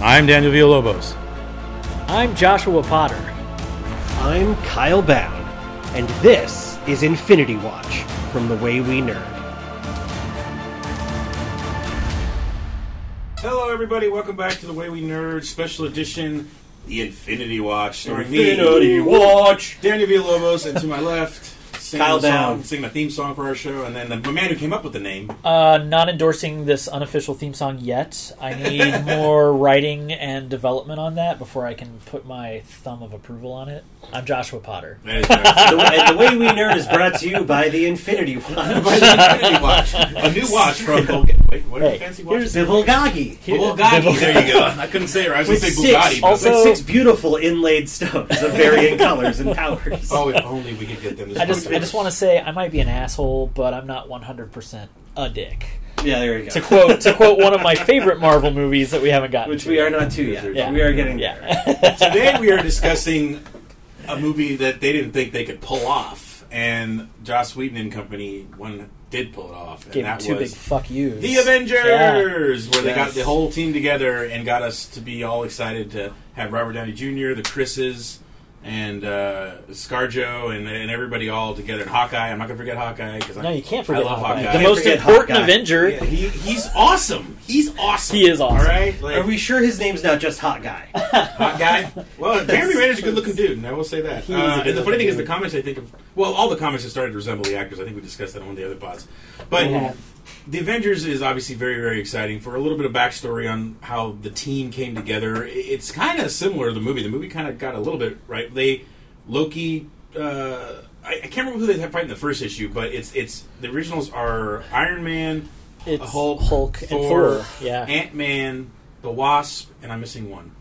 I'm Daniel Villalobos. I'm Joshua Potter. I'm Kyle Bound, and this is Infinity Watch from The Way We Nerd. Hello, everybody. Welcome back to the Way We Nerd Special Edition, the Infinity Watch. Starring me, Watch. Daniel Villalobos, and to my left, sing Kyle the song- Down. sing the theme song for our show, and then the the man who came up with the name. Uh, not endorsing this unofficial theme song yet. I need more writing and development on that before I can put my thumb of approval on it. I'm Joshua Potter. That is uh, right. The, and the way we nerd is brought to you by the Infinity Watch. By the Infinity Watch, a new watch from Bulgari. Wait, what are Hey, the fancy watches? Bivolgagi. Bulgari. There you go. I couldn't say it. right. I was With going to say six- Bugatti. but- also- With six beautiful inlaid stones of varying colors and powers. oh, if only we could get them. This I just, I much. just want to say I might be an asshole, but I'm not 100% a dick. Yeah, there you To go. quote, to quote one of my favorite Marvel movies that we haven't gotten, Which to we yet. are not to yet. Yeah. We are getting there. Yeah. Today we are discussing a movie that they didn't think they could pull off, and Joss Whedon and company one did pull it off, and Gave him that two big was fuck yous. The Avengers, where they got Yes. the whole team together and got us to be all excited to have Robert Downey Jr., the Chris's, and uh, ScarJo, and, and everybody all together. And Hawkeye, I'm not gonna forget Hawkeye because No, you can't forget I love Hawkeye. Hawkeye. The Can't most forget important Hawkeye. Avenger. Yeah, he, he's awesome. He's awesome. He is awesome. All right, like, Are we sure his name's not just Hot Guy? hot guy. Well, Jeremy Renner's a good-looking dude, and I will say that. He is a Uh, and the funny good-looking thing is, the dude. comics I think of well, all the comics have started to resemble the actors. I think we discussed that on one of the other pods. But Yeah. the Avengers is obviously very, very exciting. For a little bit of backstory on how the team came together, i- it's kind of similar to the movie. The movie kind of got a little bit right. They Loki. Uh, I, I can't remember who they had fight in the first issue, but it's it's the originals are Iron Man, It's Hulk, Hulk and Thor, Thor. Yeah. Ant Man, the Wasp, and I'm missing one.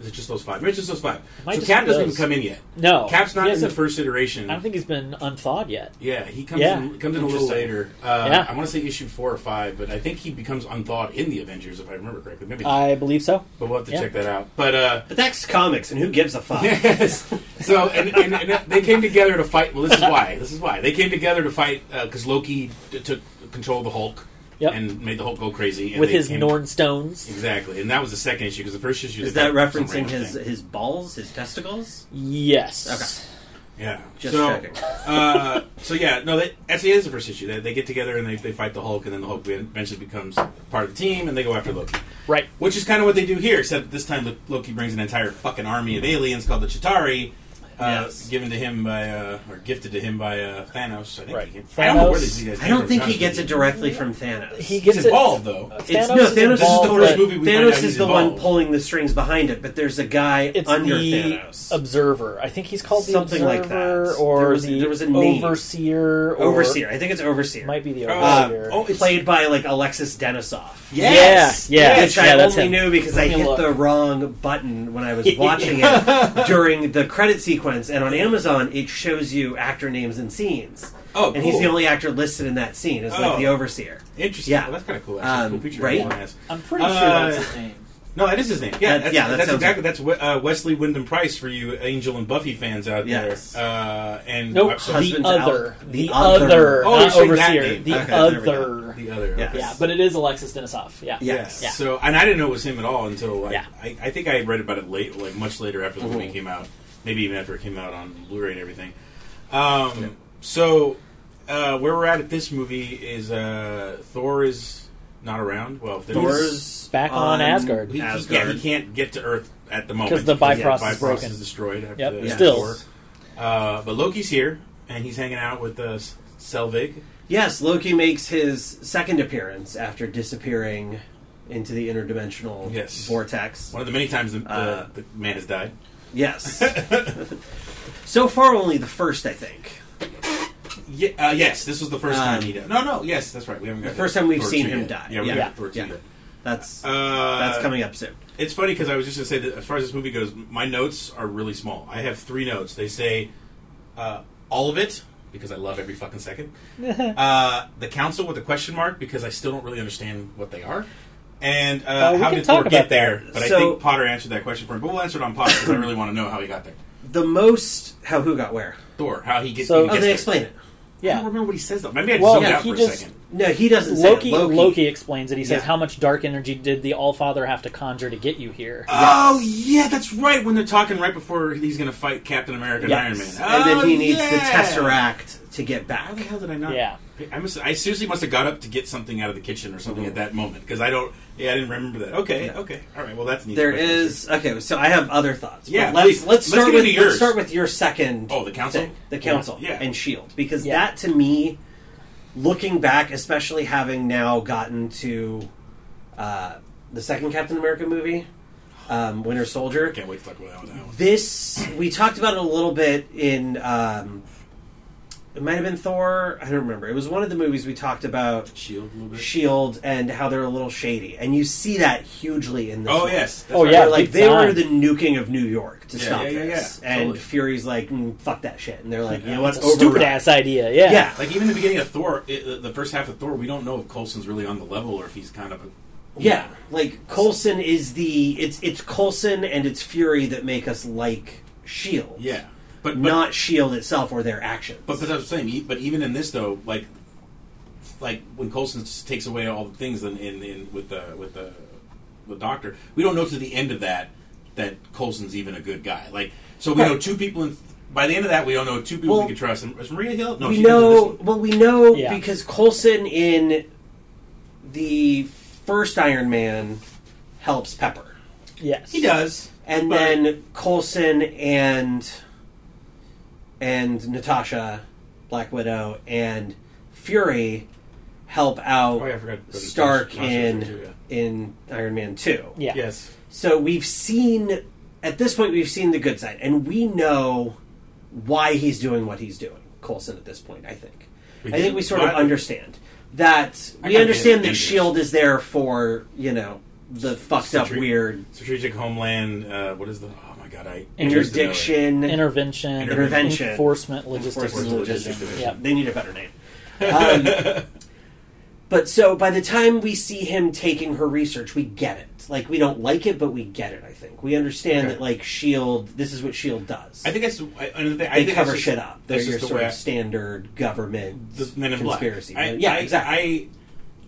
Is it just those five? Maybe it's just those five. might So just Cap be doesn't those. even come in yet. No. Cap's not He in the hasn't- first iteration. I don't think he's been unthawed yet. yeah, he comes Yeah. in comes in a little Interesting. later. Uh, Yeah. I want to say issue four or five, but I think he becomes unthawed in the Avengers if I remember correctly. Maybe, I believe so. but we'll have to yeah. check that out. But uh, But that's comics, and who gives a fuck? yes. So and, and, and they came together to fight. Well, this is why. This is why they came together to fight because Loki t- took control of the Hulk Yep. and made the Hulk go crazy and With they his came- Norn stones. Exactly, and that was the second issue because the first issue Is they that got some referencing random his thing. his balls, his testicles? Yes. Yeah. Just so, checking. uh, so yeah, no, that, actually it is the first issue. They, they get together and they, they fight the Hulk, and then the Hulk eventually becomes part of the team, and they go after Loki. Right. Which is kind of what they do here, except this time Lo- Loki brings an entire fucking army of aliens called the Chitari, uh, Yes. given to him by uh, or gifted to him by uh, Thanos. I think. Right. He- I don't know where these guys I came don't from, think to be honest he gets it with you. directly from Thanos. He gets He's it. involved though. It's, Thanos no, is Thanos is involved, the first but movie we find out Thanos he's is the one involved. pulling the strings behind it, but there's a guy It's under the Thanos. observer. I think he's called the Something like observer that. or There was- the there was a name. overseer. Or overseer. I think it's overseer. Might be the Uh, overseer. oh, it's played by like Alexis Denisov. Yes. Yeah, yeah, Which yeah, I that's only him. knew because I me hit look. the wrong button when I was watching it during the credit sequence. And on Amazon, it shows you actor names and scenes. Oh, and he's cool. the only actor listed in that scene as Oh. like the overseer. Interesting. Yeah. Well, that's kind of cool. Actually, Um, cool feature. right? Long ass. I'm pretty sure Uh, that's his name. No, that is his name. Yeah, That- that's, yeah, that that's sounds exactly that's we- uh, Wesley Wyndham Price for you Angel and Buffy fans out Yes. there. Uh, and Nope. so- The Husband's other. out. The The other. other. Oh, you're not saying that overseer. name. The Okay, there we go. other. the other. Yeah. okay. Yeah, but it is Alexis Denisov. Yeah. Yeah. Yes. Yeah. So, and I didn't know it was him at all until like Yeah. I, I think I read about it late, like much later after the movie came out, maybe even after it came out on Blu-ray and everything. Um, So, uh, where we're at at this movie is uh, Thor is not around. Well, there's- Thor's back on Asgard. He, he- yeah, Asgard. he can't get to Earth at the moment 'Cause the the Bifrost is broken. destroyed. After Yep, the Yeah. still. war. Uh, but Loki's here, and he's hanging out with uh, S- Selvig. Yes, Loki makes his second appearance after disappearing into the interdimensional Yes. vortex. One of the many times the, the- Uh, the man has died. Yes. so far, only the first, I think. Yeah, uh, yes, this was the first time Um, he died. No, no, yes, that's right. We haven't. The first time we've seen him die. Yeah, we Yeah. got Thor two Yeah. yet. That's Uh, that's coming up soon. It's funny because I was just going to say that as far as this movie goes, my notes are really small. I have three notes. They say uh, all of it because I love every fucking second. uh, the council with a question mark because I still don't really understand what they are. And uh, we how can did talk Thor get about there? that. But I So- think Potter answered that question for him. But we'll answer it on Potter because I really want to know how he got there. The most how who got where? Thor, how he gets. So- he Oh, gets they there. explain it. I don't Yeah. remember what he says though. Maybe I Well, zoned yeah, out he for a just- second. No, he doesn't. say it. Loki, Loki explains it. He says, Yeah. "How much dark energy did the Allfather have to conjure to get you here?" Uh, Oh yeah, that's right. When they're talking right before he's going to fight Captain America and Yes. Iron Man, and Oh, then he needs yeah. the Tesseract to get How the back. hell did I not? Yeah. I must. I seriously must have got up to get something out of the kitchen or something at that moment because I don't. Yeah, I didn't remember that. Okay, Yeah. okay, all right. Well, that's neat. There is okay. So I have other thoughts. but Yeah, let's please. let's Let's start get with into let's yours. start with your second. Oh, the council? thing, the council, Yeah. and Shield, because Yeah. that to me, looking back, especially having now gotten to uh, the second Captain America movie, um, Winter Soldier, Can't wait to talk about that one. this we talked about it a little bit in um, it might have been Thor. I don't remember. It was one of the movies we talked about Shield a little bit. Shield and how they're a little shady, and you see that hugely in this. Oh one. yes. That's Oh, right. yeah. They're like big they time. were the nuking of New York to Yeah, stop yeah, yeah, this, yeah. and Totally. Fury's like, mm, "Fuck that shit," and they're like, "You know what? That's a stupid Override." ass idea. Yeah. Yeah, Like even the beginning of Thor, i the- the first half of Thor, we don't know if Colson's really on the level or if he's kind of a yeah. Like Colson is the it's it's Colson and it's Fury that make us like Shield, yeah. But, but E not Shield E itself or their actions. But but that's the same. e- But even in this though, like like when Colson s- takes away all the things in, in, in with the with the the doctor, we don't know to the end of that that Colson's even a good guy. Like so, we know two people. in By the end of that, we don't know two people Well, we can trust. And is Maria Hill? No, we she was in this know, one. well, we know Yeah. because Coulson in the first Iron Man helps Pepper, Yes. he does. and But- then Coulson and and Natasha, Black Widow, and Fury help out Oh, yeah, I forgot. Stark Natasha in too, yeah. in Iron Man Two. Yeah. Yes. So we've seen at this point we've seen the good side, and we know why he's doing what he's doing. Coulson at this point, I think. We I think do. we sort But- of understand that I we kinda understand get it. that Shield E is there for you know the fucked up Century- weird Strategic Homeland. Uh, what is the? Oh my god! I interdiction. Intervention. Intervention. Enforcement. Logistics. Forces Enforcement. Logistics Logistics Division. Division. They need a better name. Um, but so by the time we see him taking her research, we get it. Like we don't like it, but we get it. I think we understand Okay. that like Shield, E this is what Shield does. I think that's. I, I think they that's cover just- shit up. They're that's your just the sort way of I- standard government the Men in conspiracy. Black. I, yeah, I- exactly. I,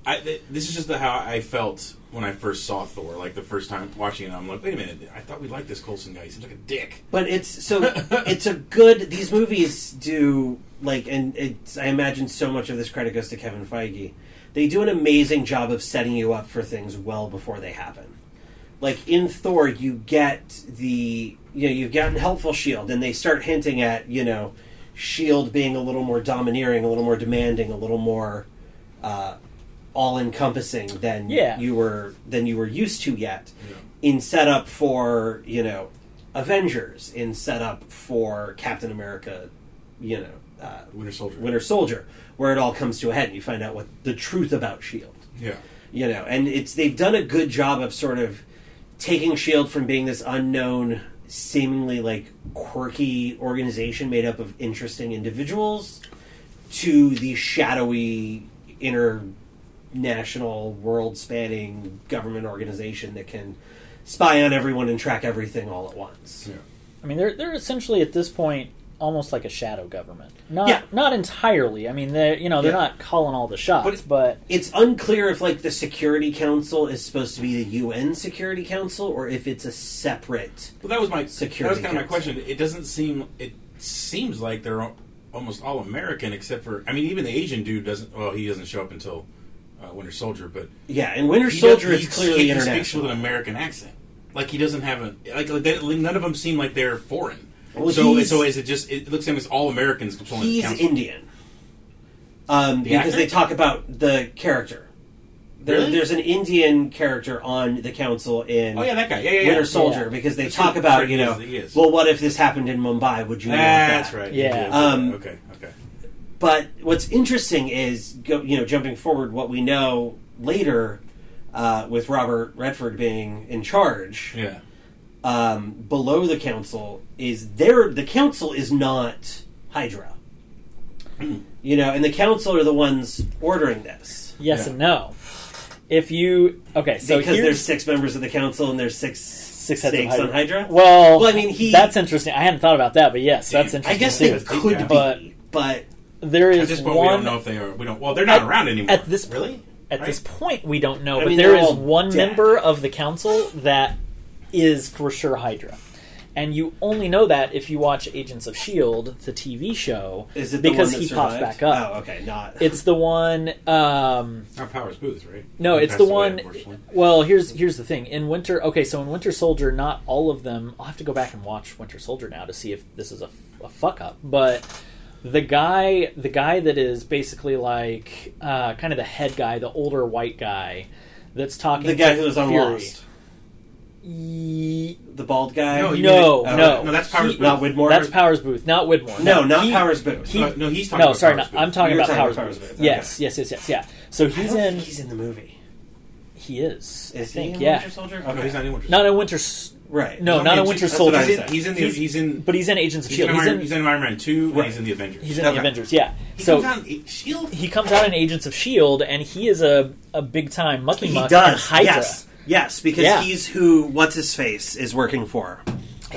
I, th- this is just the, how I felt when I first saw Thor. Like the first time watching it, I'm like, wait a minute, I thought we liked this Colson guy. He seems like a dick. But it's so it's a good. These movies do like, and it's. I imagine so much of this credit goes to Kevin Feige. They do an amazing job of setting you up for things well before they happen. Like in Thor, you get the you know you've gotten helpful Shield, and they start hinting at you know Shield being a little more domineering, a little more demanding, a little more uh, all encompassing than Yeah. you were than you were used to yet in setup for you know Avengers, in setup for Captain America, you know uh, Winter Soldier. Winter Soldier, where it all comes to a head and you find out what the truth about Shield. Yeah. You know, and it's they've done a good job of sort of taking Shield E from being this unknown, seemingly like quirky organization made up of interesting individuals to the shadowy international world spanning government organization that can spy on everyone and track everything all at once. Yeah. I mean, they're they're essentially at this point almost like a shadow government. Not Yeah. not entirely. I mean, they you know they're Yeah. not calling all the shots, But- but, It's unclear if like the Security Council is supposed to be the UN Security Council or if it's a separate Well, that was my That was Security kind of my Council. question. It doesn't seem. It seems like they're al- almost all American, except for. I mean, even the Asian dude doesn't. Well, he doesn't show up until uh, Winter Soldier, but Yeah, and Winter He Soldier does- is he- clearly he speaks with an international. American accent. Like he doesn't have a like, like they, like, none of them seem like they're foreign. Well, so he's- so is it just it looks like it's all Americans controlling He's the council. Indian. Um, The because actor? they talk about the character. There, Really? There's an Indian character on the council in oh yeah, that guy. Yeah, yeah, yeah. Winter Soldier Yeah. because they That's talk true. about, Sure, you he know, is- he is. well, what if this happened in Mumbai? Would you know That's that? right. Yeah. He is. Um, okay. Okay. But what's interesting is, go, you know, jumping forward, what we know later uh, with Robert Redford being in charge Yeah. um, below the council is there. The council is not Hydra, you know, and the council are the ones ordering this yes Yeah. and no. If you okay, so because here's there's six members of the council and there's six six six heads of stakes on Hydra. Well, Well, I mean, he- That's interesting. I hadn't thought about that, but yes, that's Yeah. interesting. I guess Yeah, they that's deep could down. be, but there At is this point, one we don't know if they are. We don't. Well, they're not At- around anymore. at this really, At this Right? point, we don't know, I but mean, there they're is all one dead. member of the council that is for sure Hydra. And you only know that if you watch Agents of S.H.I.E.L.D., E the TV show, Is it the because one that he survived? popped back up. Oh, okay, not. It's the one. Um, not Powers Booth, right? no, He it's passed the away, one. unfortunately. Well, here's here's the thing. In Winter, okay, so in Winter Soldier, not all of them. I'll have to go back and watch Winter Soldier now to see if this is a, a fuck up. But the guy, the guy that is basically like uh, kind of the head guy, the older white guy, that's talking. the guy to who was on Fury. Lost, Ye- the bald guy. No, you no, mean- uh, oh, no, no, that's Powers He- not Widmore. That's Powers Booth, not Widmore. No, not he- Powers Booth. he- Uh, no, he's talking no, about sorry, Powers no, Booth. I'm talking You were about talking Powers, about Powers Booth. Booth, okay. Yes, yes, yes, yes, yeah. So I he's don't in. think he's in the movie. He is. I Is he think. in yeah. Winter Soldier? No, he's not in Winter. Not a Winter. S- Right. No, not a Winter that's what Soldier. I He's said. in, he's in the. He's in. But he's in Agents of He's in, Shield. E He's Iron, in. he's in Iron Man two. and Right. He's in the Avengers. He's in Okay. the Avengers. Yeah. he so comes on it- Shield. he comes out in Agents of Shield, E and he is a, a big time mucky He muck. and does. Hydra. Yes. Yes, because Yeah. he's who what's his face is working for.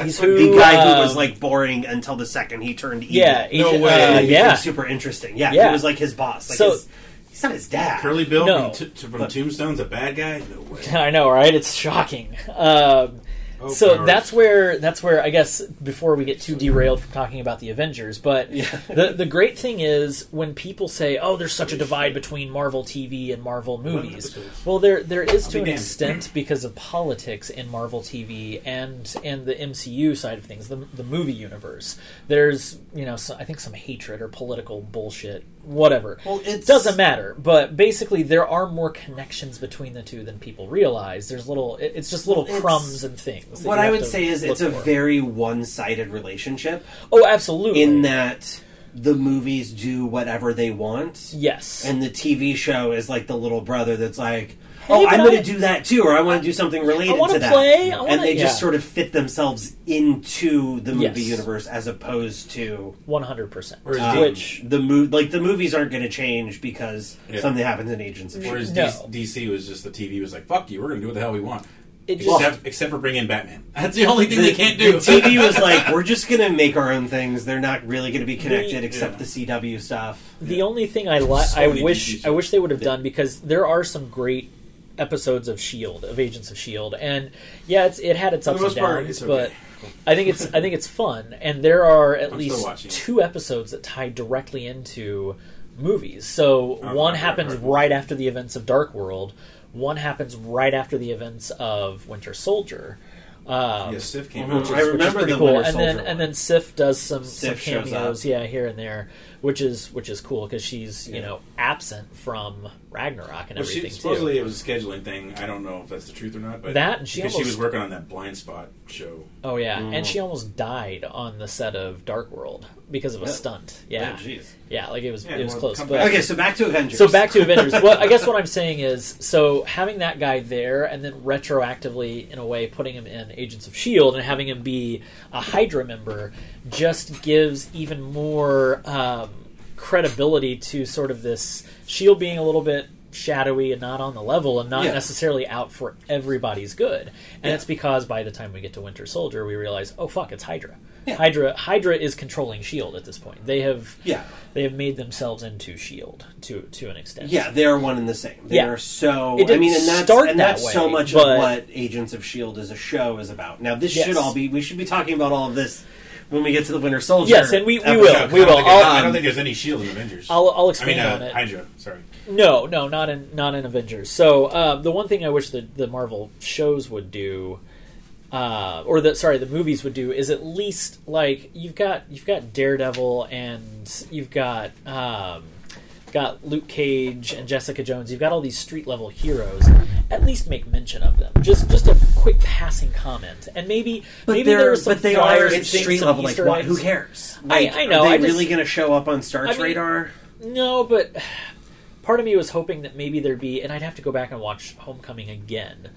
He's what- who, The guy who um, was like boring until the second he turned evil. yeah, No Agent- way. uh, and it yeah. became super interesting. Yeah, Yeah. he was like his boss. Like So- his, he's not his dad. Curly Bill No. from, t- from Tombstone's a bad guy. No way. I know, right? It's shocking. Um, Oh, so Powers. that's where that's where I guess before we get too derailed from talking about the Avengers, but the the great thing is when people say, "Oh, there's such a divide between Marvel TV and Marvel movies." Well, there there is to be an damned. extent because of politics in Marvel TV and and the MCU side of things, the the movie universe. There's you know so, I think some hatred or political bullshit, whatever. Well, it's- doesn't matter. But basically, there are more connections between the two than people realize. There's little. it- it's just little it's- crumbs and things. that What you I have would to say is look it's a for. very one-sided relationship oh, absolutely in that the movies do whatever they want yes. and the TV show is like the little brother that's like, "Oh, but I'm going I- to do that too or I want to do something related I want to to that." play. I and they just yeah. sort of fit themselves into the movie Yes. universe as opposed to one hundred percent. Whereas um, Which the move like the movies aren't going to change because Yeah. something happens in Agents of Shield. Whereas No. D- DC was just the TV was like, "Fuck you, we're gonna do what the hell we want." it just Except, except for bringing Batman. That's the only thing they can't do. E The TV was like, we're just going to make our own things. They're not really going to be connected The- except Yeah. the CW stuff. the only thing I li- So I many wish DCs. I wish they would have done because there are some great episodes of Shield E of Agents of Shield and yeah it's, it had its For ups the and most part, downs it's but okay. I think it's I think it's fun and there are at I'm still least watching it. two episodes that tie directly into movies so Oh, one I've heard- happens heard. right after the events of Dark World one happens right after the events of Winter Soldier um, Yeah, Sif came Mhm. out. I which is remember pretty the cool. Winter and then Soldier and one. then Sif does some, some Sif shows cameos, yeah, here and there, which is which is cool because she's you Yeah. know absent from Ragnarok and Well, she, everything supposedly too. it was a scheduling thing. I don't know if that's the truth or not, but That and she because she almost- was working on that blind spot show. Oh yeah, and Mm. she almost died on the set of Dark World because of a Yeah. stunt. Yeah, Oh, jeez. yeah, like it was Yeah, it was well, close. come But back. Okay, so back to Avengers. So back to Avengers. well, I guess what I'm saying is, so having that guy there, and then retroactively, in a way, putting him in Agents of Shield E and having him be a Hydra member, just gives even more um, credibility to sort of this Shield E being a little bit shadowy and not on the level and not Yeah. necessarily out for everybody's good. And it's because by the time we get to Winter Soldier, we realize, oh fuck, it's Hydra. Yeah. Hydra Hydra is controlling Shield E at this point. They have Yeah. they have made themselves into Shield E to to an extent. Yeah, they are one and the same. They Yeah. are so. It didn't I mean, and that's, start and that that's so way, much but- of what Agents of Shield E as a show is about. Now, this Yes. should all be. We should be talking about all of this when we get to the Winter Soldier. Yes, and we- we will. episode. We will. I don't, think, I'll- I don't think there's any Shield in Avengers. I'll I'll I expand mean, on uh, it. Hydra. Sorry. no, no, not in not in Avengers. So uh, the one thing I wish the the Marvel shows would do, uh, or the sorry, the movies would do, is at least like you've got you've got Daredevil and you've got. Um, Got Luke Cage and Jessica Jones. You've got all these street level heroes. At least make mention of them. Just just a quick passing comment, and maybe But maybe they're- there are some but they flyers are and at things, street some level. Like, Easter why, eggs. who cares? I- Like, I know, Are they I just- really going to show up on Stark's I mean- radar? No, but part of me was hoping that maybe there'd be, and I'd have to go back and watch Homecoming again.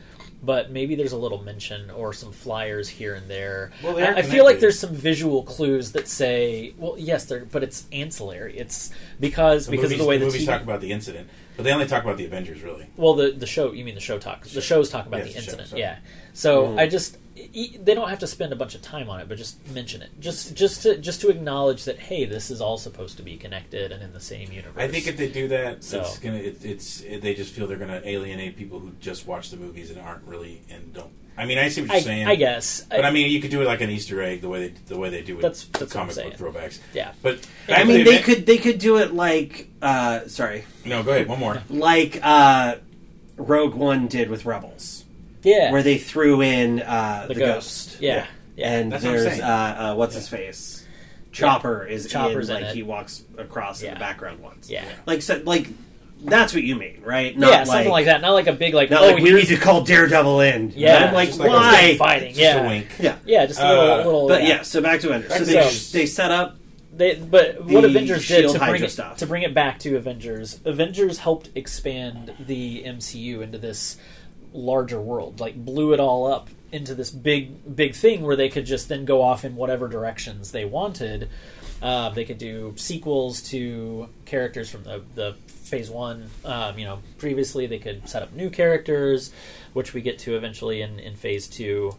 But maybe there's a little mention or some flyers here and there. Well, they are I, I feel like connected. there's some visual clues that say, well, yes, they're, but it's ancillary. It's because because movies, of the way the, movies TV talk about the incident, but they only talk about the Avengers really. well, the the show. You mean the show talk? The shows talk about Yes, the the show, incident. sorry. Mm-hmm. yeah. So I just e- they don't have to spend a bunch of time on it, but just mention it, just just to just to acknowledge that hey, this is all supposed to be connected and in the same universe. I think if they do that, So- it's gonna. It, it's it, they just feel they're gonna alienate people who just watch the movies and aren't really and don't. I mean, I see what you're I, saying. I guess, but I, mean, you could do it like an Easter egg, the way they the way they do with That's- that's comic what I'm book throwbacks. yeah, But I mean, they could they could do it like uh, sorry, No, go ahead. One more. like uh, Rogue One did with Rebels, yeah, where they threw in uh, the, ghost. yeah, yeah, and That's what I'm there's saying. uh, uh, what's his face, Chopper is Chopper's in in like it. he walks across in Yeah. the background once. yeah. like so, like that's what you mean, right? yeah, something like that. Not like a big like. Not oh, like we here's- need to call Daredevil in. Yeah. And I'm like Just like a- why? fighting. Just a Yeah, wink. yeah, yeah, just a little. Uh, little but yeah. yeah. So back to Avengers. Back So to they, Avengers. they set up They, but what the Avengers did Shield to bring, E Hydra it, stuff. to bring it back to Avengers, Avengers helped expand the MCU into this larger world, like blew it all up into this big, big thing where they could just then go off in whatever directions they wanted. Uh, they could do sequels to characters from the, the Phase One, um, you know, previously. They could set up new characters, which we get to eventually in, in Phase Two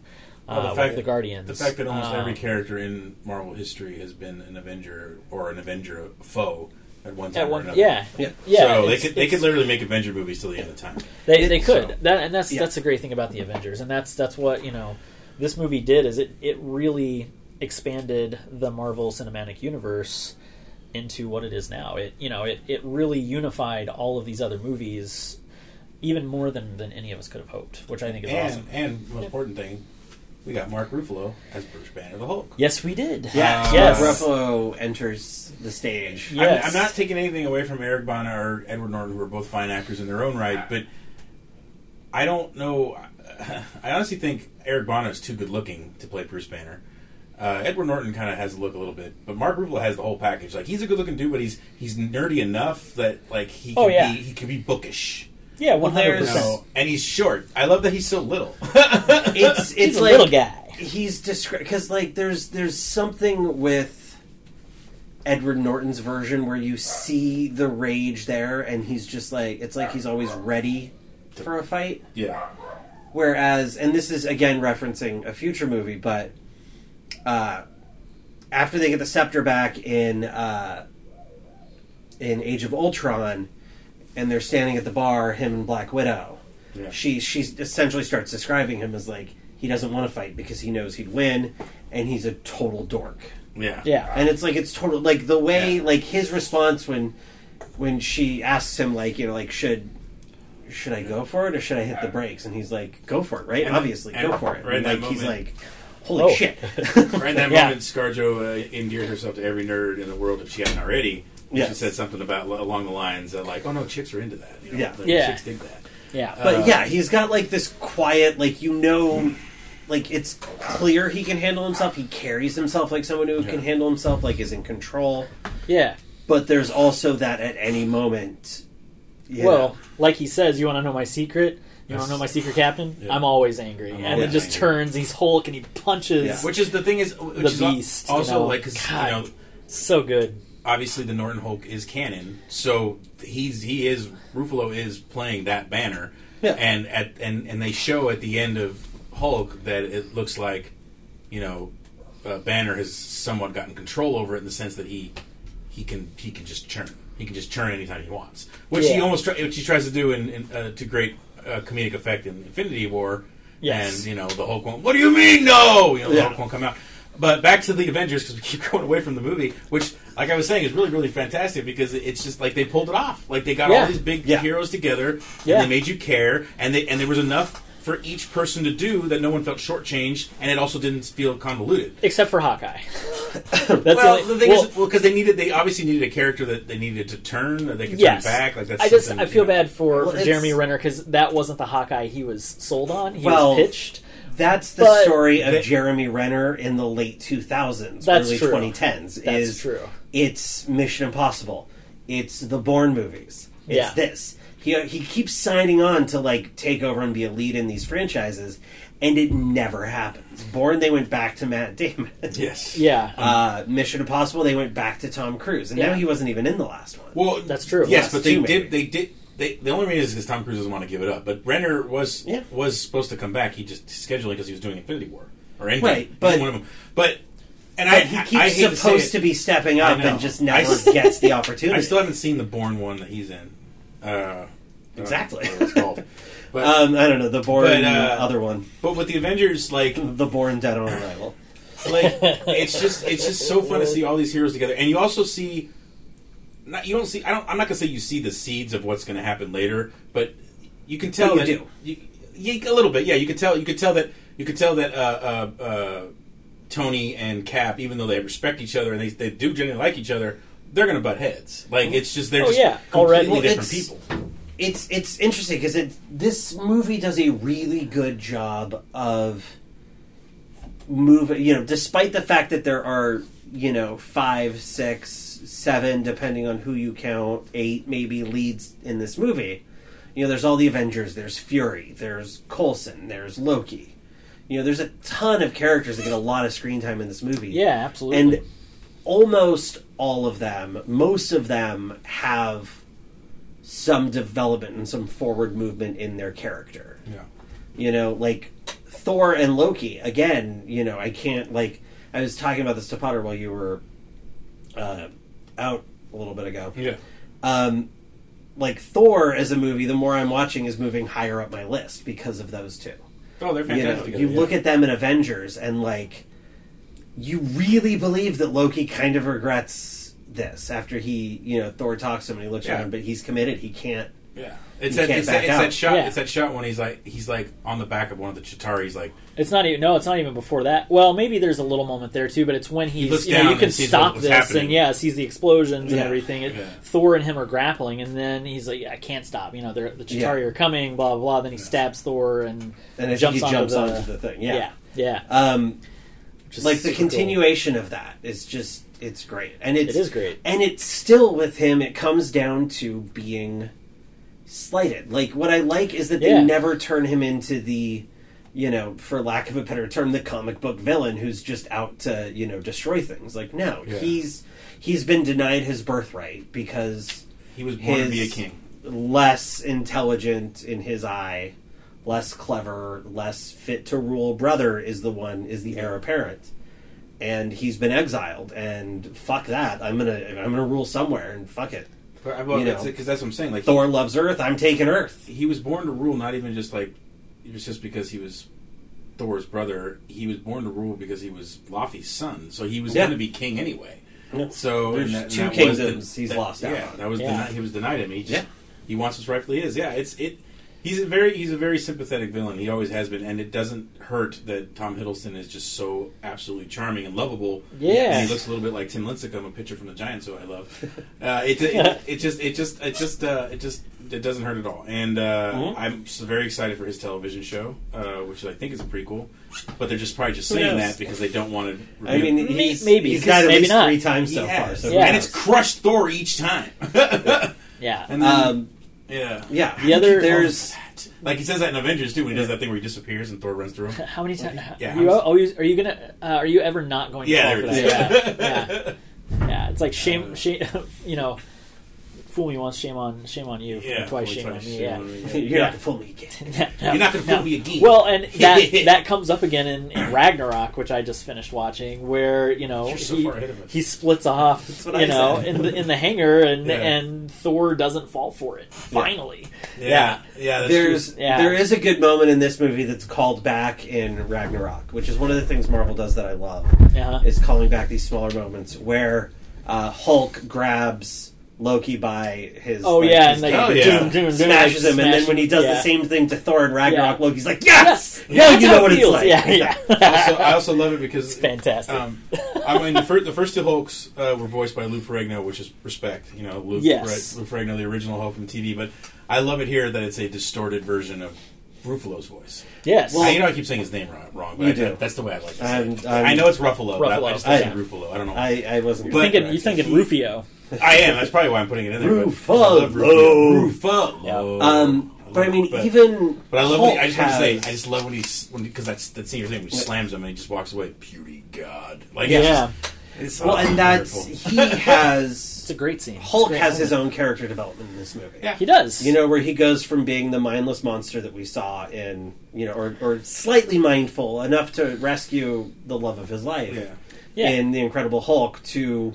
uh, Well, Oh, the with fact- the Guardians. The fact that almost Um, every character in Marvel history has been an Avenger or an Avenger foe at one time at or one, another. yeah, Yeah. yeah. so they it's- could they it's- could literally make Avenger movies till the end of time. They, they It- could so- that, and that's Yeah. that's the great thing about the Avengers, and that's that's what you know this movie did is it it really expanded the Marvel Cinematic Universe into what it is now. It you know it it really unified all of these other movies even more than than any of us could have hoped, which I think is and awesome. and most important thing, we got Mark Ruffalo as Bruce Banner the Hulk. Yes, we did. yeah. Uh, so yes. Ruffalo enters the stage. Yeah. I'm- Yes. I'm, not taking anything away from Eric Bana or Edward Norton, who are both fine actors in their own right, but I don't know. I honestly think Eric Bana is too good looking to play Bruce Banner. Uh, Edward Norton kind of has the look a little bit, but Mark Ruffalo has the whole package. Like he's a good looking dude, but he's he's nerdy enough that like he Oh, can yeah. be, he can be bookish. yeah, one hundred You there's- percent. know? and he's short. I love that he's so little. It's it's He's a like little guy. he's because like there's there's something with Edward Norton's version where you see the rage there, and he's just like it's like he's always ready for a fight. yeah, Whereas, and this is again referencing a future movie, but uh, after they get the scepter back in uh, in Age of Ultron, and they're standing at the bar, him and Black Widow. Yeah. She she essentially starts describing him as like he doesn't want to fight because he knows he'd win, and he's a total dork. yeah, Yeah, And it's like it's total like the way Yeah. like his response when when she asks him like you know like should should I go for it or should I hit the brakes and he's like go for it right And- obviously and go for it right and, in that like he's moment- like holy Oh. shit Right in that Yeah. moment, ScarJo uh, endeared herself to every nerd in the world if she hadn't already. when She Yes. said something about along the lines of like, "Oh no, chicks are into that." You know, Yeah. the Yeah. chicks dig that. Uh, yeah. but Uh. yeah he's got like this quiet like you know like it's clear he can handle himself he carries himself like someone who Yeah. can handle himself like is in control yeah. but there's also that at any moment you Well, know. like he says, you want to know my secret? You want Yes. to know my secret, Captain? Yeah. I'm always angry. I'm and always it just angry. turns. He's Hulk and he punches. Yeah. Which is the thing is, which The is al- Beast, you also know. like 'cause, you God. know, So good. obviously the Norton Hulk is canon, so he's he is Ruffalo is playing that banner, Yeah. and at and and they show at the end of Hulk that it looks like, you know, uh, Banner has somewhat gotten control over it in the sense that he he can he can just churn he can just churn anytime he wants, which he Yeah. almost try, which he tries to do in, in uh, to great uh, comedic effect in Infinity War. Yes. And you know the Hulk won't. What do you mean? No, you know the Yeah. Hulk won't come out. But back to the Avengers because we keep going away from the movie, which, like I was saying, is really really fantastic because it's just like they pulled it off. Like they got Yeah. all these big Yeah. heroes together, Yeah. and they made you care, and they and there was enough for each person to do that no one felt shortchanged, and it also didn't feel convoluted. Except for Hawkeye. That's well, only- the thing well, is, well, because they needed, they obviously needed a character that they needed to turn, that they could yes. turn back. Like that's I just something, I feel you know. bad for, Well, for it's- Jeremy Renner because that wasn't the Hawkeye he was sold on. He Well, was pitched. That's the But- story of They- Jeremy Renner in the late 2000s, That's early true. 2010s. That's is true. It's Mission Impossible. It's the Bourne movies. It's Yeah. this. He he keeps signing on to like take over and be a lead in these franchises, and it never happens. Bourne, they went back to Matt Damon. Yes. Yeah. Uh, Mission Impossible, they went back to Tom Cruise, and now Yeah. he wasn't even in the last one. Well, That's true. Yes, Last but they two, did. maybe. They did. They, the only reason is because Tom Cruise doesn't want to give it up. But Renner was Yeah. was supposed to come back. He just scheduled it because he was doing Infinity War or Endgame. Right, He's but- one of them. But and I, But he I, I keeps hate to say supposed it, to, be stepping I up know. and just I never s- gets the opportunity. I still haven't seen the Born one that he's in. Uh, Exactly. I don't know what it's called. But, um, I don't know the Bourne But, uh, other one, but with the Avengers, like the Bourne Dead on Arrival. like it's just it's just so fun to see all these heroes together and you also see not you don't see I don't I'm not gonna say you see the seeds of what's gonna happen later but Oh, you can tell Well, you that do. You, you- a little bit yeah you could tell you could tell that you could tell that uh, uh, uh, Tony and Cap even though they respect each other and they, they do genuinely like each other they're gonna butt heads like it's just they're Oh, just yeah, completely already. different It's- people It's it's interesting because it this movie does a really good job of moving. You know, despite the fact that there are you know five, six, seven, depending on who you count, eight maybe leads in this movie. You know, there's all the Avengers. There's Fury. There's Coulson. There's Loki. You know, there's a ton of characters that get a lot of screen time in this movie. Yeah, absolutely. and almost all of them, most of them have some development and some forward movement in their character. yeah You know, like Thor and Loki. Again, you know, I can't like I was talking about this to Potter while you were uh, out a little bit ago. yeah Um, like Thor as a movie, the more I'm watching is moving higher up my list because of those two oh they're you know, fantastic you look at them in Avengers and like you really believe that Loki kind of regrets this after he, you know, Thor talks to him and he looks Yeah. around, but he's committed. He can't. yeah it's You that, can't it's, that, back it's out. that shot Yeah. it's that shot when he's like he's like on the back of one of the Chitauri he's like It's not even no, it's not even before that. Well, maybe there's a little moment there too, but it's when he's looks you, know, down you can and sees stop what was this happening. and yeah, sees the explosions and Yeah. everything. It, Yeah. Thor and him are grappling, and then he's like, "I can't stop." You know, they're, the Chitauri Yeah. are coming. Blah blah. blah. Then he stabs Thor and And I Jumps think onto he jumps the- onto the thing. Yeah. yeah, yeah. Um, Just like the super cool. continuation of that is just it's great, and it's It is great. and it's still with him. It comes down to being slighted. Like what I like is that they Yeah. never turn him into the, you know, for lack of a better term, the comic book villain who's just out to you know destroy things. Like no, Yeah. he's he's been denied his birthright because he was born to be a his king less intelligent in his eye, less clever, less fit to rule brother is the one is the heir apparent. And he's been exiled and fuck that. I'm gonna I'm gonna rule somewhere and fuck it. But I- well, you that's know. because that's what I'm saying. Like Thor loves Earth, I'm taking Earth. he, he was born to rule, not even just like it was just because he was Thor's brother. He was born to rule because he was Laufey's son, so he was Yeah. going to be king anyway. Yeah. So There's and that- two that was kingdoms he's that- lost out Yeah, on. that was Yeah. Deni- he was denied him. He just Yeah. he wants what's rightfully his. Yeah, it's it. He's a very he's a very sympathetic villain. He always has been, and it doesn't hurt that Tom Hiddleston is just so absolutely charming and lovable. Yeah. and he looks a little bit like Tim Lincecum, a picture from the Giants, who I love. Uh, it, it, it just it just it just uh, it just it doesn't hurt at all. And uh, Mm-hmm. Mhm. I'm s- very excited for his television show, uh, which I think is a prequel. But they're just probably just Who saying knows? that because they don't want to. I mean May- he's, maybe, he's got at maybe least not. three times so far. So who Yeah. and it's knows? crushed Thor each time. yeah. And then, um, yeah. yeah. The other- there's Like he says that in Avengers too, when he does that thing where he disappears and Thor runs through him. How many times? Yeah, you, how- are, you, are you gonna? Uh, are you ever not going to Yeah, fall there for it that? is. Yeah, yeah, yeah. It's like shame, shame. You know, fool me once, shame on, shame on you. Fool me Yeah, twice, only shame on twice, me. shame Yeah. on me, you're Yeah. not gonna fool me again. No, no, You're not gonna no. fool me again. Well, and that that comes up again in, in Ragnarok, which I just finished watching, where you know You're so he, far ahead of us. he splits off, you what I know, said. in the in the hangar, and Yeah. and Thor doesn't fall for it. Finally, yeah, yeah. That's There's true. Yeah. there is a good moment in this movie that's called back in Ragnarok, which is one of the things Marvel does that I love. yeah, is calling back these smaller moments where uh, Hulk grabs Loki by his. oh like, yeah, his and they Oh, cape yeah. doom, doom, doom, and smashes like, him, and smash- then when he does yeah. the same thing to Thor in Ragnarok, Yeah. Loki's like, "Yes, Yeah, now that's you how know it what it's feels. like." Yeah, yeah. also, I also love it because It's fantastic. Um, I mean, the first the first two Hulks uh, were voiced by Lou Ferrigno, which is respect. You know, Lou, Yes. Fer- Lou Ferrigno, the original Hulk from TV. But I love it here that it's a distorted version of Ruffalo's voice. yes, I, you know, I keep saying his name wrong, wrong but You I, do. that's the way I like to say I'm- it. I'm- I know it's Ruffalo, but I, I Ruffalo. just keep Yeah. saying Ruffalo. I don't know. I, I wasn't But- thinking, you thinking Rufio? I am. That's probably why I'm putting it in there. but- Ruffalo. I love Ruffalo. Yeah. Um, love but I it, mean, even But I love. When he, Hulk I just want to say, has- I just love when he's when because that's that scene you're saying when he slams him and he just walks away. Beauty God. Like Yeah, It's, just- it's well, oh, and that's wonderful. he has. It's a great scene. It's a Hulk great has his moment. own character development in this movie. Yeah. He does. You know, where he goes from being the mindless monster that we saw in, you know, or, or slightly mindful enough to rescue the love of his life Yeah. Yeah. in The Incredible Hulk to,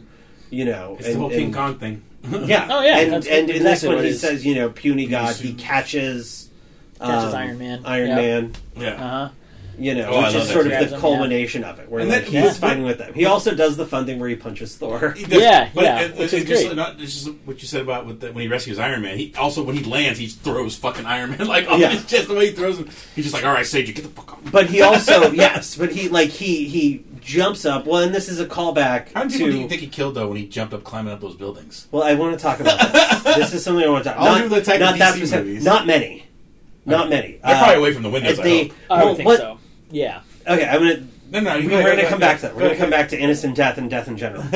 you know. It's the whole King Kong thing. Yeah. Oh, yeah, And, that's and, and that's exactly when what he it is. says, you know, puny god, he suits. catches. Catches um, Iron Man. Iron Yep. Man, Yeah. Uh huh. you know, Oh, I which love is that sort too. of Grabs the him, culmination of it, where And like, that- he's yeah. fighting with them. He also does the fun thing where he punches Thor. He does- Yeah, but yeah, It, it, which is it's just great. Not, it's just what you said about with the, when he rescues Iron Man. He also when he lands, he just throws fucking Iron Man like on Yeah. his chest. The way he throws him, he's just like, "All right, Sage, you get the fuck off." But he also yes, but he like he he jumps up. Well, and this is a callback How many people do you to. think he killed though when he jumped up climbing up those buildings? well, I want to talk about this. this is something I want to talk. I'll not, do the type not of that DC specific- movies. Not many. Not many. They're Uh, probably away from the windows. at I the- hope. I well, would think what- so. Yeah. Okay, I'm gonna. No, no, you go We're ahead, gonna go come back ahead, to that. go We're gonna ahead. come back to innocent death and death in general. Um,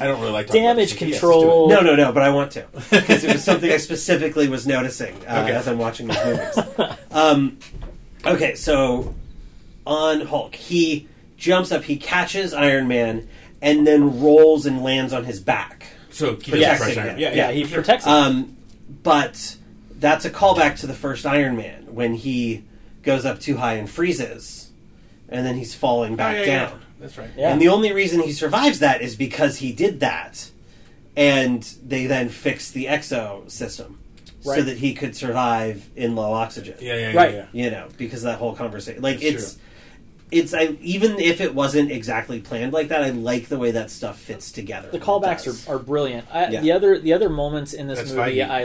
I don't really like talking about this. Yes, let's Damage do control. No, no, no, but I want to because it was something I specifically was noticing uh, Okay. as I'm watching these movies. Um, okay, so on Hulk, he jumps up, he catches Iron Man, and then rolls and lands on his back. it. So keep Protecting it fresh. him. Iron Man. Yeah, Yeah, yeah. he sure. protects him. Um, but that's a callback to the first Iron Man when he goes up too high and freezes, and then he's falling Oh, yeah, back yeah, yeah. down. That's right. yeah. And the only reason he survives that is because he did that. And they then fixed the exo system so Right. that he could survive in low oxygen. Yeah, yeah, yeah. Right. yeah. You know, because of that whole conversation. Like, That's it's. It's I even if it wasn't exactly planned like that, I like the way that stuff fits together. the It callbacks does. are, are brilliant. I, Yeah. The other the other moments in this That's movie Feige. I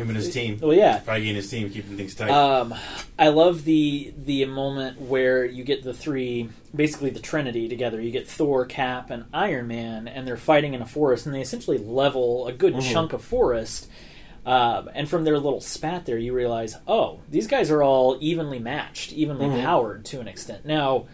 Him and his team. Well, yeah. Feige and his team keeping things tight. Um, I love the the moment where you get the three, basically the Trinity together. You get Thor, Cap, and Iron Man, and they're fighting in a forest, and they essentially level a good Mm-hmm. chunk of forest. Um, and from their little spat there, you realize, oh, these guys are all evenly matched, evenly Mm-hmm. powered to an extent. Now,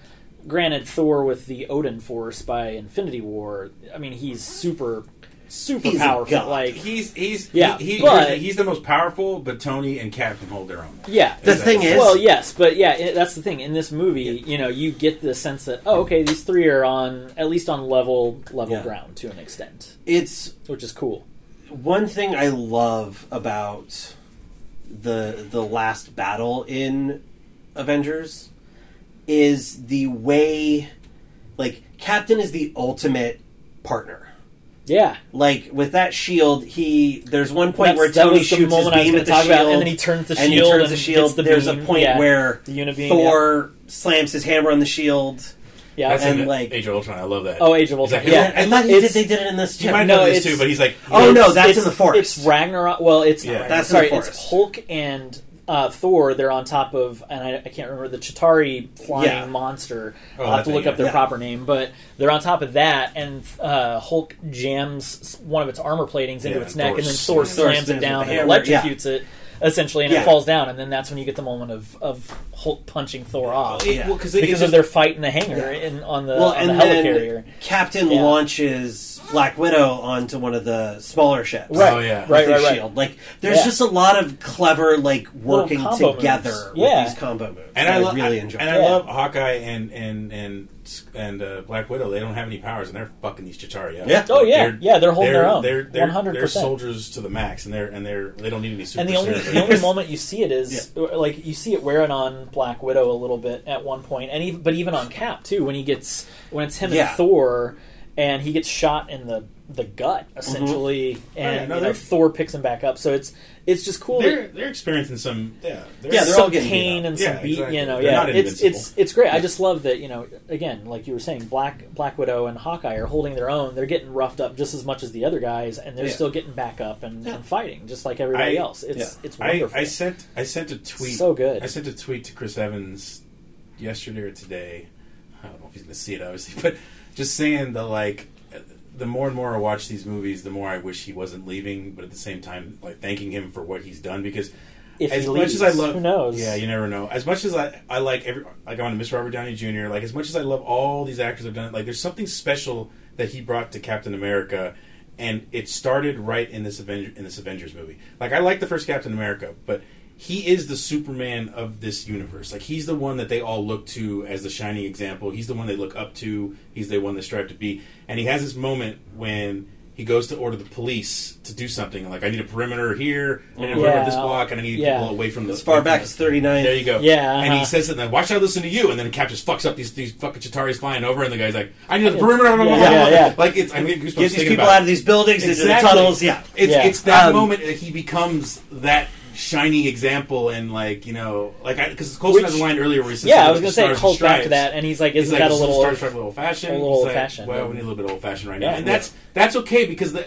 granted, Thor with the Odin force by Infinity War, I mean, he's super, super He's a powerful. god. Like, he's he's Yeah, he, he- but- he's the most powerful, but Tony and Cap can hold their own. yeah, The Exactly. thing is, Well, yes, but yeah, it, that's the thing. In this movie, you know, you get the sense that oh, okay, these three are on at least on level level Yeah. ground to an extent, it's which is cool. one thing I love about the the last battle in Avengers is the way like Captain is the ultimate partner. Yeah, Like with that shield, he there's one point That's- where that Tony was the shoots his moment I was beam gonna at the talk shield, about, and then he turns the and he shield turns and the shield. gets the there's a beam, point yeah. where The Unibeam, Thor slams his hammer on the shield. yeah. That's And in like- Age of Ultron. I love that. oh, Age of Ultron. Exactly. Yeah, I thought he did. It's- They did it in this you too. might no, know this it's- too, but he's like, Oh, no, It's- that's in it's- the forest. It's Ragnarok. Well, it's Yeah. That's in sorry, the it's forest. Hulk and uh, Thor. They're on top of, and I, I can't remember the Chitari flying Yeah. monster. Oh, I'll have to that look thing, up their yeah. proper name, but they're on top of that, and uh, Hulk jams one of its armor platings into Yeah, its neck, Thor and then slams Thor it. Thor slams slams it it down with the and hammer, yeah. electrocutes it essentially, and Yeah. it falls down, and then that's when you get the moment of of Hulk punching Thor off. It- well, 'cause it- because it of just- their fight in the hangar in, on the, well, uh, on and the helicarrier. then Captain Yeah. launches Black Widow onto one of the smaller ships. Right, Oh, yeah. With right, his right, right. shield. Like, there's Yeah. just a lot of clever, like, working combo moves. together Yeah. with these combo moves. and that I, love really I, enjoy. and it. I Yeah. love Hawkeye and and and and uh, Black Widow. They don't have any powers, and they're fucking these Chitauri. up. Yeah. Oh, yeah. Yeah, they're holding they're, their own. They're they're, they're 100%. soldiers to the max, and they're and they're they don't need any super. and the only serum. the only moment you see it is like you see it wearing on Black Widow a little bit at one point, and even but even on Cap too when he gets when it's him Yeah. and Thor, and he gets shot in the the gut essentially, Mm-hmm. and Oh, yeah, no, you know they're- Thor picks him back up. So it's it's just cool. they're that they're experiencing some yeah they're, Yeah, they're all some getting beat pain up. and Yeah, some beat, exactly. you know, They're yeah, not it's invincible. it's it's great. I just love that, you know, again, like you were saying, Black Black Widow and Hawkeye are holding their own. They're getting roughed up just as much as the other guys, and they're Yeah. still getting back up and, and fighting, just like everybody I- else. It's yeah. it's I, wonderful. I sent I sent a tweet. So good. I sent a tweet to Chris Evans yesterday or today. I don't know if he's going to see it, obviously, but just saying that like the more and more I watch these movies, the more I wish he wasn't leaving. But at the same time, like thanking him for what he's done because If he as much leaves, as I love, who knows? Yeah, you never know. As much as I, I like every like I want to miss Robert Downey Jr. Like as much as I love all these actors have done, like there's something special that he brought to Captain America, and it started right in this Avenger in this Avengers movie. Like I like the first Captain America, but he is the Superman of this universe. Like he's the one that they all look to as the shining example. He's the one they look up to. He's the one they strive to be, and he has this moment when. he he goes to order the police to do something. Like, I need a perimeter here, I need a Yeah. perimeter at this block, and I need Yeah. people away from this. As far back as 39. There you go. Yeah, And he uh-huh. says it, and then watch out, listen to you. And then Captius fucks up these these fucking Chitauri's flying over, and the guy's like, I need a perimeter. blah, blah, blah, yeah, blah. yeah. Like, it's, I mean, goosebumps Get these thinking people about out it. of these buildings into the tunnels. Yeah. It's, Yeah. it's that Um, moment that he becomes that shining example, and like you know, like because Colson Which- has a line earlier where he says, yeah, I "Look at was gonna the say stars it and calls back stripes." to that, and he's like, He's "Isn't like, that a "This is little?" Star Trek little fashioned? a little He's like, old-fashioned. Well, we need a little bit old fashioned right now, Yeah. and that's that's okay because the,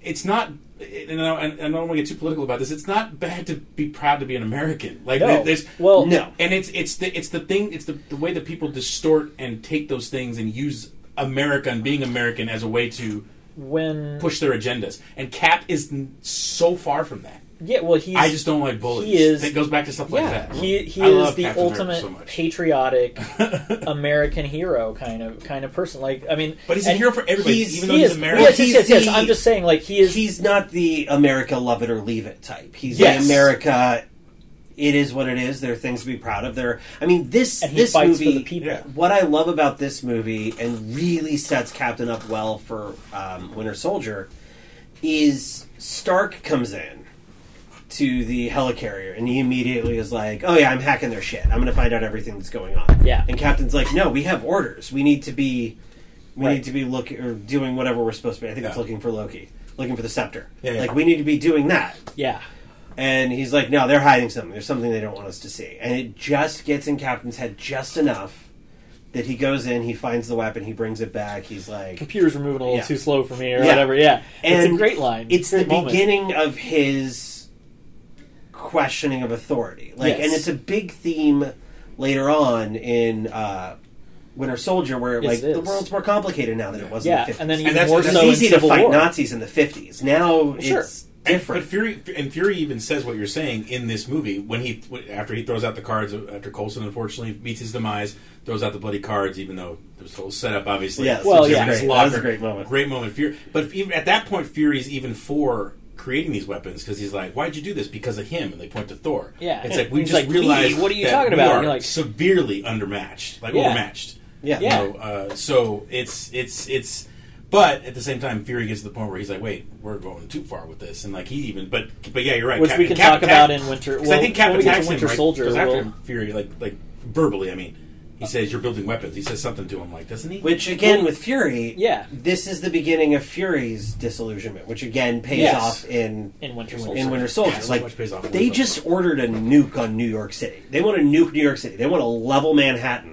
it's not. And I, and I don't want to get too political about this. It's not bad to be proud to be an American. Like No. there's Well, No. and it's it's the it's the thing it's the, the way that people distort and take those things and use America and being American as a way to when push their agendas. And Cap is n- so far from that. yeah, well, he's I just don't like bullies. he is- it goes back to stuff like yeah, that. he he I is love the Captain America ultimate so much. patriotic American hero kind of kind of person. Like, I mean, But he's a and hero for everybody, he's- even though He he's is, American. yes, yes, He's yes, yes. the- I'm just saying, like, he is. He's not the America love it or leave it type. He's Yes. the America. It is what it is. There are things to be proud of. There, I mean, this And he this fights for movie. the people. Yeah. What I love about this movie and really sets Captain up well for um, Winter Soldier is Stark comes in to the helicarrier and he immediately is like, "Oh yeah, I'm hacking their shit. I'm going to find out everything that's going on." Yeah. And Captain's like, "No, we have orders. We need to be, we Right. need to be looking or doing whatever we're supposed to be." I think it's Yeah. looking for Loki, looking for the scepter. Yeah, yeah. Like we need to be doing that. yeah, And he's like, "No, they're hiding something. There's something they don't want us to see." And it just gets in Captain's head just enough that he goes in, he finds the weepon, he brings it back. He's like, computers were moving a little Yeah. too slow for me, or Yeah. whatever. Yeah, it's a And great line. it's great the moment. beginning of his questioning of authority like Yes. and it's a big theme later on in uh Winter Soldier, where Yes, like it the is. world's more complicated now than it was in Yeah, the 50s. and then even that's- more it's so in easy to Civil fight War. Nazis in the 50s. Now Sure. it's And- different. But Fury and Fury even says what you're saying in this movie when he when- after he throws out the cards after Colson unfortunately meets his demise throws out the bloody cards even though there's a whole setup obviously Yes, Well, It's yeah. in his great. That was locker. a great moment. great moment Fury but even at that point Fury's even for creating these weapons because he's like why'd you do this because of him and they point to Thor Yeah. it's like we He's just like, realized "Me? What are you that talking we about?" And are you're like- severely undermatched like Yeah. overmatched yeah. Yeah. you know, uh, so it's it's it's. But at the same time, Fury gets to the point where he's like, "Wait, we're going too far with this," and like he even. But but yeah, you're right. which Cap- we can Cap talk attack- about in Winter. 'cause Well, I think Cap when we get attacks to Winter him, right, Soldier. goes after we'll- him, Fury like like verbally. I mean, he says, "You're building weapons." He says something to him like, doesn't he? Which again, with Fury, yeah, this is the beginning of Fury's disillusionment, which again pays Yes. off in in Winter Soldier. in Winter Soldier. God, so like much pays off in they Winter just ordered a nuke on New York City. They want to nuke New York City. They want to level Manhattan.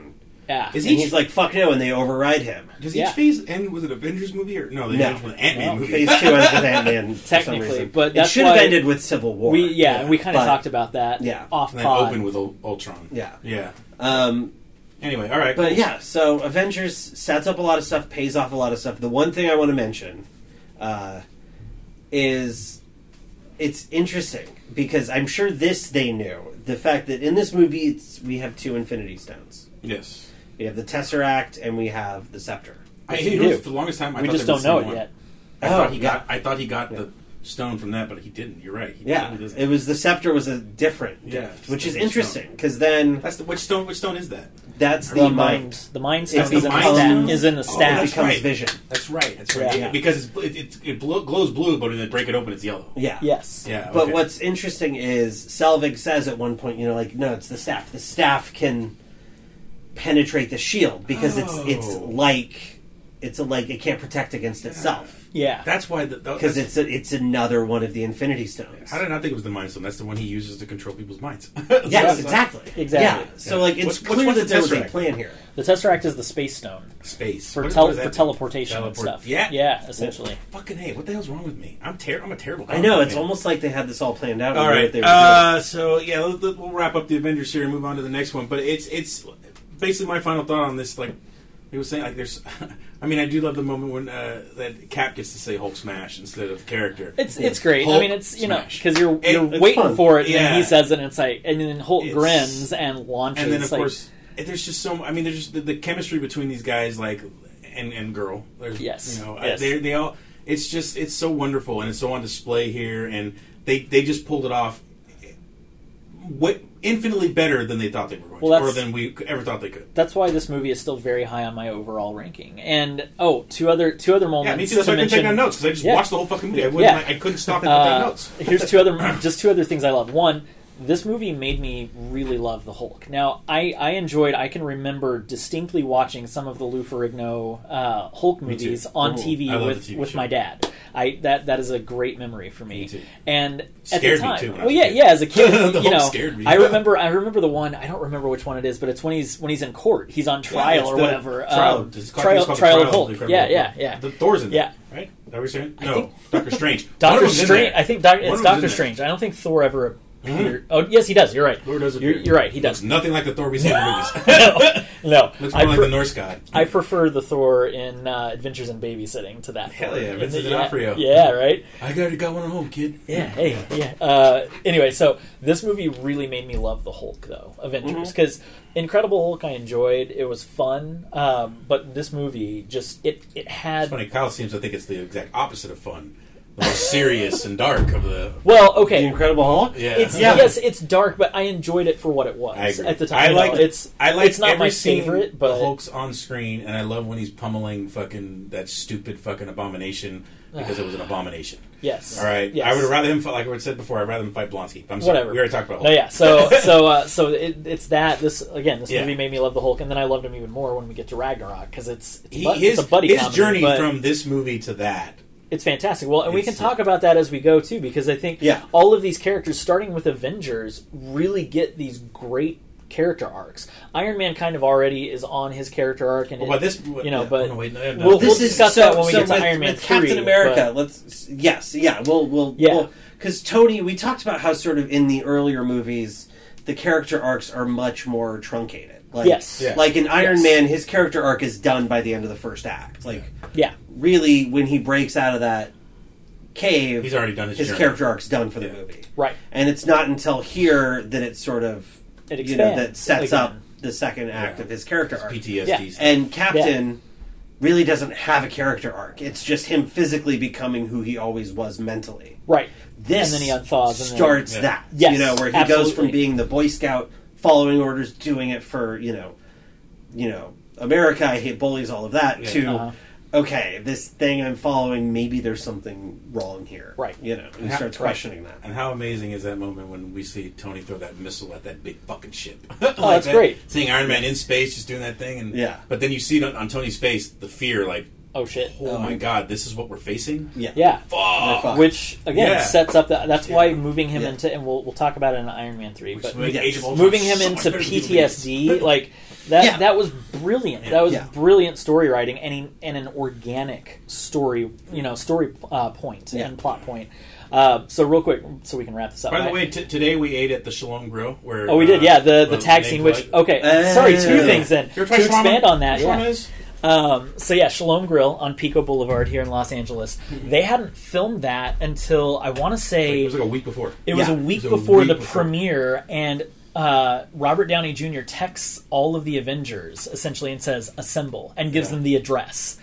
yeah, Is And he- he's like, "Fuck no!" and they override him. Does yeah. each phase end with an Avengers movie or no? They No. end with an Ant Man No. movie. Phase two ends with Ant Man. Technically, but it that's should have why- ended with Civil War. we yeah, and we kind of But- talked about that. Yeah. off and then pod. open with Ul- Ultron. Yeah. Yeah. Um, Anyway, all right. But yeah, so Avengers sets up a lot of stuff, pays off a lot of stuff. The one thing I want to mention uh, is it's interesting because I'm sure this they knew the fact that in this movie it's, we have two Infinity Stones. yes. We have the Tesseract and we have the Scepter. I, Yes, we you know, do. for the longest time, I we thought just they were don't the know it same one. yet. I Oh, thought he yeah. got. I thought he got Yeah. the stone from that, but he didn't. You're right. He Yeah, definitely doesn't. it was the Scepter was a different Yeah, gift, which is it's a different interesting because then That's the, which stone? Which stone is that? that's The the mind, mind. the mind It's stone the is in the mind staff. stone? Is in Oh, the It staff. that's becomes right. vision. That's right. That's right. Yeah. Because it's, it, it, it blo- glows blue, but when they break it open, it's yellow. Yeah. Yes. Yeah. But okay. what's interesting is Selvig says at one point, you know, like, no, it's the staff. The staff can penetrate the shield because Oh. it's it's like it's a, like it can't protect against itself Yeah. That's why the that- because that's- it's a, it's another one of the Infinity Stones. How did I not think it was the mind stone? That's the one he uses to control people's minds. Yes, exactly. Exactly. Yeah. So like, it's What's- what's- clear what's that the there was a Tesseract? plan here. The Tesseract is the space stone Space for, What is- tel- what does that for mean? teleportation and Teleport- stuff. Yeah. Yeah. Essentially. Fucking hey, what the hell's wrong with me? I'm ter- I'm a terrible. I know. comic It's fan. almost like they had this all planned out. Oh, All and knew what right. They were Uh, so yeah, let, let- we'll wrap up the Avengers here and move on to the next one. But it's it's basically my final thought on this. Like he was saying, like there's. I mean, I do love the moment when uh, that Cap gets to say Hulk Smash instead of character. It's it's great. I Hulk mean, it's you know smash. because you're It- you're it's waiting fun. for it, and then Yeah. he says it, and it's like, and then Holt It's- grins and launches. and then of like, course it- there's just so. I mean, there's just the, the chemistry between these guys, like and and girl. There's, Yes. you know, Yes. they they all. It's just it's so wonderful and it's so on display here, and they they just pulled it off. What infinitely better than they thought they were going Well, to, or that's- than we ever thought they could. That's why this movie is still very high on my overall ranking. And oh, two other two other moments. Yeah, me too. That's to why I couldn't take mention. down notes because I just Yeah. watched the whole fucking movie. I, wouldn't, Yeah. like, I couldn't stop and put down Uh, notes. here's two other just two other things I love. One, this movie made me really love the Hulk. Now, I, I enjoyed. I can remember distinctly watching some of the Lou Ferrigno uh, Hulk too. movies on Ooh, TV I love with, the TV with show. my dad. I that that is a great memory for me. Me too. And Scared at me the time, too when I well, was a yeah, kid. yeah. As a kid, The you Hulk know, scared me. I remember. I remember the one. I don't remember which one it is, but it's when he's when he's in court. He's on trial it's or the whatever. Trial, um, It's called- trial, it's called the trial of of Hulk. the Incredible Yeah, Hulk. yeah, yeah. The Thor's in there. Yeah. Right? Is that what you're saying? I No. think- Doctor Strange. One of Doctor them's in Strange. there. I think doc, One of it's them's in Doctor there. Mm-hmm. Strange. I don't think Thor ever appeared. Oh, yes, he does. You're right. Thor does You're, appear. you're right. He Looks does. nothing like the Thor we see in the movies. No, Looks more I, like pre- the Norse god. I prefer the Thor in uh, Adventures in Babysitting to that. Hell Thor. yeah, In Vincent the- D'Onofrio. Yeah, right. I got, got one at home, kid. Yeah. Hey. Yeah. Uh, anyway, so this movie really made me love the Hulk, though Avengers, Mm-hmm. because Incredible Hulk I enjoyed. It was fun, um, but this movie just it it It's had funny. Kyle seems to think it's the exact opposite of fun. The most serious and dark of the. well The okay. Incredible Hulk. uh, Yeah. It's Yeah. yes, it's dark, but I enjoyed it for what it was I agree. at the time. I you know, like it's I like it's not every my scene favorite, but the Hulk's on screen, and I love when he's pummeling fucking that stupid fucking abomination because it was an abomination. yes. All right, yes. I would rather him fight like I said before. I'd rather him fight Blonsky. I'm sorry, Whatever. we already talked about. Hulk. No, Oh, yeah. So, so, uh, so it, it's that. This again. This Yeah. movie made me love the Hulk, and then I loved him even more when we get to Ragnarok because it's it's, a He, bud- his it's a buddy his comedy, journey but from this movie to that. it's fantastic. Well, and we can It's- talk about that as we go too, because I think Yeah. all of these characters, starting with Avengers, really get these great character arcs. Iron Man kind of already is on his character arc, and Well, it- by this, you know, yeah, but- oh, no, wait, no, yeah, no. Well, This we'll is discuss so, that when we so get to with, Iron Man with Captain 3, America. but- Let's yes, yeah, we'll we'll Yeah. because Tony, we talked about how sort of in the earlier movies the character arcs are much more truncated. Like, Yes. Yeah. like in Iron Yes. Man, his character arc is done by the end of the first act. Like yeah, really, when he breaks out of that cave, he's already done his, his journey. character arc's done for the Yeah. movie, right. and it's not until here that it sort of It expands you know that sets again. up the second act Yeah. of his character arc. PTSD. Yeah. stuff. And Captain really doesn't have a character arc. It's just him physically becoming who he always was mentally. right. This And then he unthaws and then- starts Yeah. that. Yes, you know, where he goes absolutely. from being the Boy Scout, following orders, doing it for, you know, you know, America, I hate bullies, all of that, Yeah. to Uh-huh. okay, this thing I'm following, maybe there's something wrong here. Right. You know. He Yeah. starts Right. questioning that. And how amazing is that moment when we see Tony throw that missile at that big fucking ship? oh, that's great. Seeing Iron Man in space just doing that thing, and Yeah. But then you see it on, on Tony's face, the fear, like, Oh shit. oh, my god, this is what we're facing. Yeah. Yeah. They're Fuck. fucked. Which again Yeah. sets up that. That's why moving him Yeah. into and we'll we'll talk about it in Iron Man three, Which but made yes. Age of Ultron moving him so much into better than the PTSD, movies. like that Yeah. that was brilliant. Yeah. That was Yeah. brilliant story writing and in- and an organic story, you know, story uh, point Yeah. and plot point. Uh, so real quick, so we can wrap this up. By the right? way, t- today we ate at the Shalom Grill. Where oh, we did, uh, yeah, the the uh, tag they scene. Which played- okay, Uh, sorry, two yeah. things then to You ever tried shawarma? expand on that. Shawarma Yeah. is? Um, so yeah, Shalom Grill on Pico Boulevard here in Los Angeles. They hadn't filmed that until I want to say It was Hmm. like a week before. it was Yeah. a week It was a before week the before. premiere, and uh, Robert Downey Jr. texts all of the Avengers essentially and says "assemble" and gives Yeah. them the address,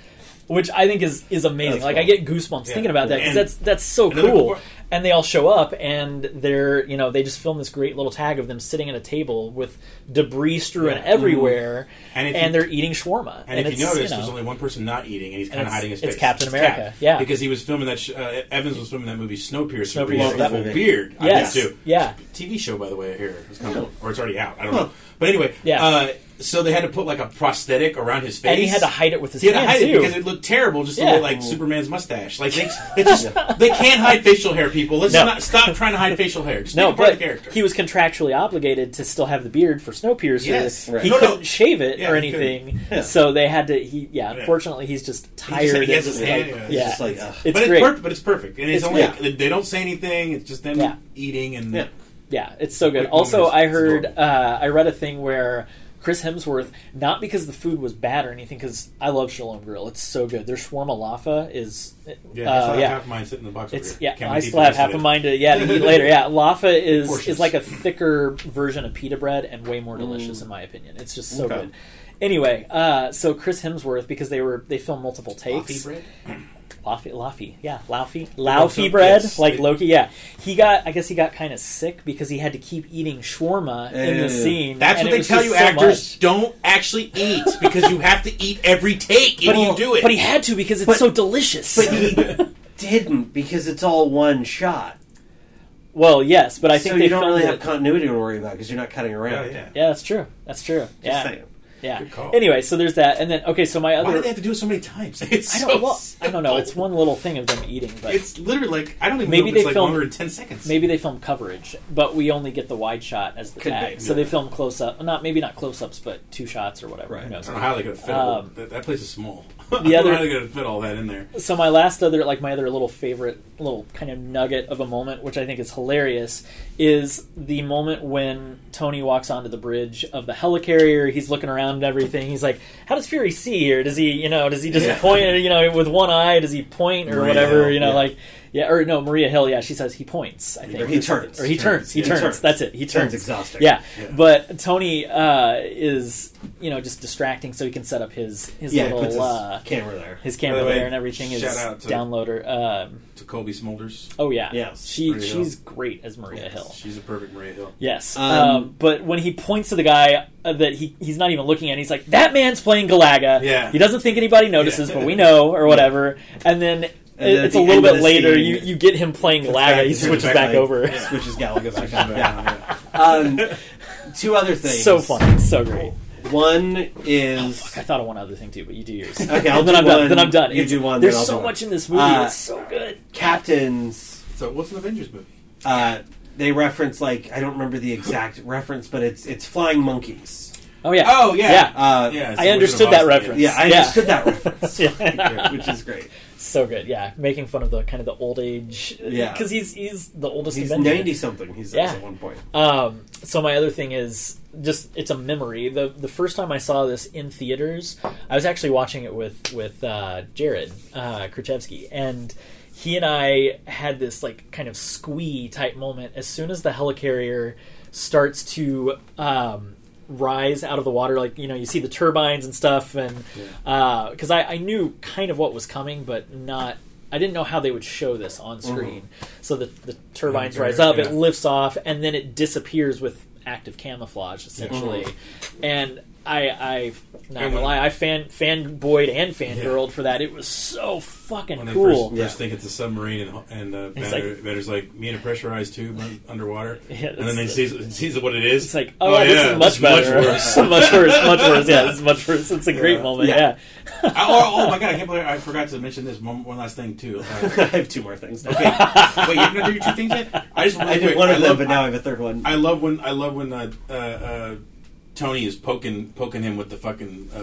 which I think is is amazing. That's like I cool. get goosebumps Yeah. thinking about that because And- that's that's so another cool. cool- And they all show up, and they're you know they just film this great little tag of them sitting at a table with debris strewn Yeah. Mm-hmm. everywhere, And and, if you- they're eating shawarma. And, if it's, you notice, know, there's only one person not eating, and he's kind of it's- hiding his it's face. Captain America, Cap. yeah. because he was filming that. Sh- uh, Evans was filming that movie Snowpiercer. Snowpiercer, Snowpiercer. that That movie. beard. yes, I did too. yeah, TV show, by the way, here is coming, or it's already out. I don't know. But anyway, Yeah. Uh, so they had to put like a prosthetic around his face, and he had to hide it with his He had to hand hide too. it because it looked terrible, just the Yeah. way like Superman's mustache. Like they, they just they can't hide facial hair. People, let's No. not stop trying to hide facial hair. Just No, make it part of but the character. he was contractually obligated to still have the beard for Snowpiercer. Yes, right. He No, no. couldn't shave it Yeah, or he couldn't. anything, so they had to. He yeah. Yeah. Unfortunately, he's just tired. He just- he has and his just hand, like- yeah. It's yeah. just like ugh. it's but great. It's perfect, but it's perfect, and it's, It's- only yeah. they- they don't say anything. It's just them Yeah. eating and Yeah. Yeah, it's so good. Quick Also, moments. I It's heard, adorable. uh, I read a thing where Chris Hemsworth, not because the food was bad or anything, because I love Shalom Grill. It's so good. Their shawarma lafa is, yeah. I uh, still have yeah. half of mine sitting in the box. over It's here. yeah. Can't I wait to still eat the have rest half of of it. mine to yeah to eat later. Yeah, laffa is Portions. is like a thicker version of pita bread and way more delicious in my opinion. It's just so Mm. Okay. good. Anyway, uh, so Chris Hemsworth because they were they filmed multiple Coffee takes. bread? Laffy, Laffy, yeah, Laffy, Laffy so- bread, yes. like Loki. Yeah, he got. I guess he got kind of sick because he had to keep eating shawarma in Yeah. the scene. That's what and it they was tell just you, so actors much. don't actually eat because you have to eat every take if you do it. But he had to because it's But- so delicious. But he didn't because it's all one shot. well, yes, but I think so they you don't filmed really it- have continuity to worry about because you're not cutting Oh, around. yeah. Yeah, that's true. That's true. yeah, Just saying. yeah. call. Anyway, so there's that, and then okay, so my Why other. do they have to do it so many times? It's I don't. so Well, I don't know. simple. It's one little thing of them eating, but It's literally like I don't even Maybe know if they it's like filmed- longer than ten seconds. Maybe they film coverage, but we only get the wide shot as the Could tag. be, so yeah. they film close up, not maybe not close ups, but two shots or whatever. Right. Who I knows? don't know how they could fit all Um, that, that place is small. I don't other- know how they could fit all that in there. So my last other, like my other little favorite, little kind of nugget of a moment, which I think is hilarious, is the moment when Tony walks onto the bridge of the helicarrier. He's looking around and everything. He's like, "How does Fury see here? Does he, you know, does he just Yeah. point, you know, with one eye? Does he point or Maria whatever? Hill, you know, yeah. like, yeah, or no, Maria Hill. Yeah, she says he points. I think Or he turns. or he turns. He Yeah. turns. Turns. That's it. He Turns turns. exhausting. Yeah. Yeah. But Tony uh, is, you know, just distracting so he can set up his his Yeah, it little puts his uh, camera there. his camera By the way, there and everything is shout out to- downloader. Um, To Colby Smulders, oh yeah, Yes, She Maria she's great as Maria Yes. Hill. she's a perfect Maria Hill. Yes, Um, um, but when he points to the guy uh, that he he's not even looking at, he's like, "That man's playing Galaga." Yeah. he doesn't think anybody notices, Yeah. but we know or whatever. And then And then at it's the a little end of bit the later, scene- you, you get him playing Galaga. He turns switches back back, light. over. Switches Galaga back. Yeah. yeah. Um, two other things. so Oh, funny, so great. One is I thought of one other thing too, but you do yours. Okay, I'll And do then I'm one, done. Then I'm done. you do one, There's then I'll so do one. much in this movie. Uh, it's so good. captains. So what's an Avengers movie? Uh, they reference like I don't remember the exact reference, but it's it's flying monkeys. Oh yeah. Oh yeah, Yeah. Uh, Yeah, it's I the Wizard understood of that Oz, reference. yeah, I Yeah. understood that reference, Yeah. which is great. so good. Yeah, making fun of the kind of the old age. Yeah. because he's he's the oldest. He's Avenger. ninety something. He's Yeah. at one point. Um, so my other thing is just it's a memory. the The first time I saw this in theaters, I was actually watching it with with uh, Jared uh, Krzyzewski, and he and I had this like kind of squee type moment as soon as the helicarrier starts to um, rise out of the water. Like you know, you see the turbines and stuff, and because I, I knew kind of what was coming, but not. I didn't know how they would show this on screen. So the, the turbines Yeah, rise up, yeah. it lifts off, and then it disappears with active camouflage, essentially. And I, I not Mm-hmm. And gonna when- lie, I fan fanboyed and fangirled for that. It was so fucking When they first, cool. first Yeah. think it's a submarine, and, and uh, It's Banner, like- Banner's like me in a pressurized tube un- underwater, Yeah, and then they that's sees sees what it is. It's like, oh, this is much it's better. Much It's worse. much worse. Much worse. Yeah, it's much worse. It's a great Yeah. moment. Yeah. Yeah. I- oh, oh my god, I can't believe I forgot to mention this. One, one last thing too. Uh, I have two more things. Now. okay, wait, you haven't done your two things yet? I just really I did quick, one I of them, love- but now I have a third one. I love when I love when uh, uh, uh, Tony is poking poking him with the fucking uh,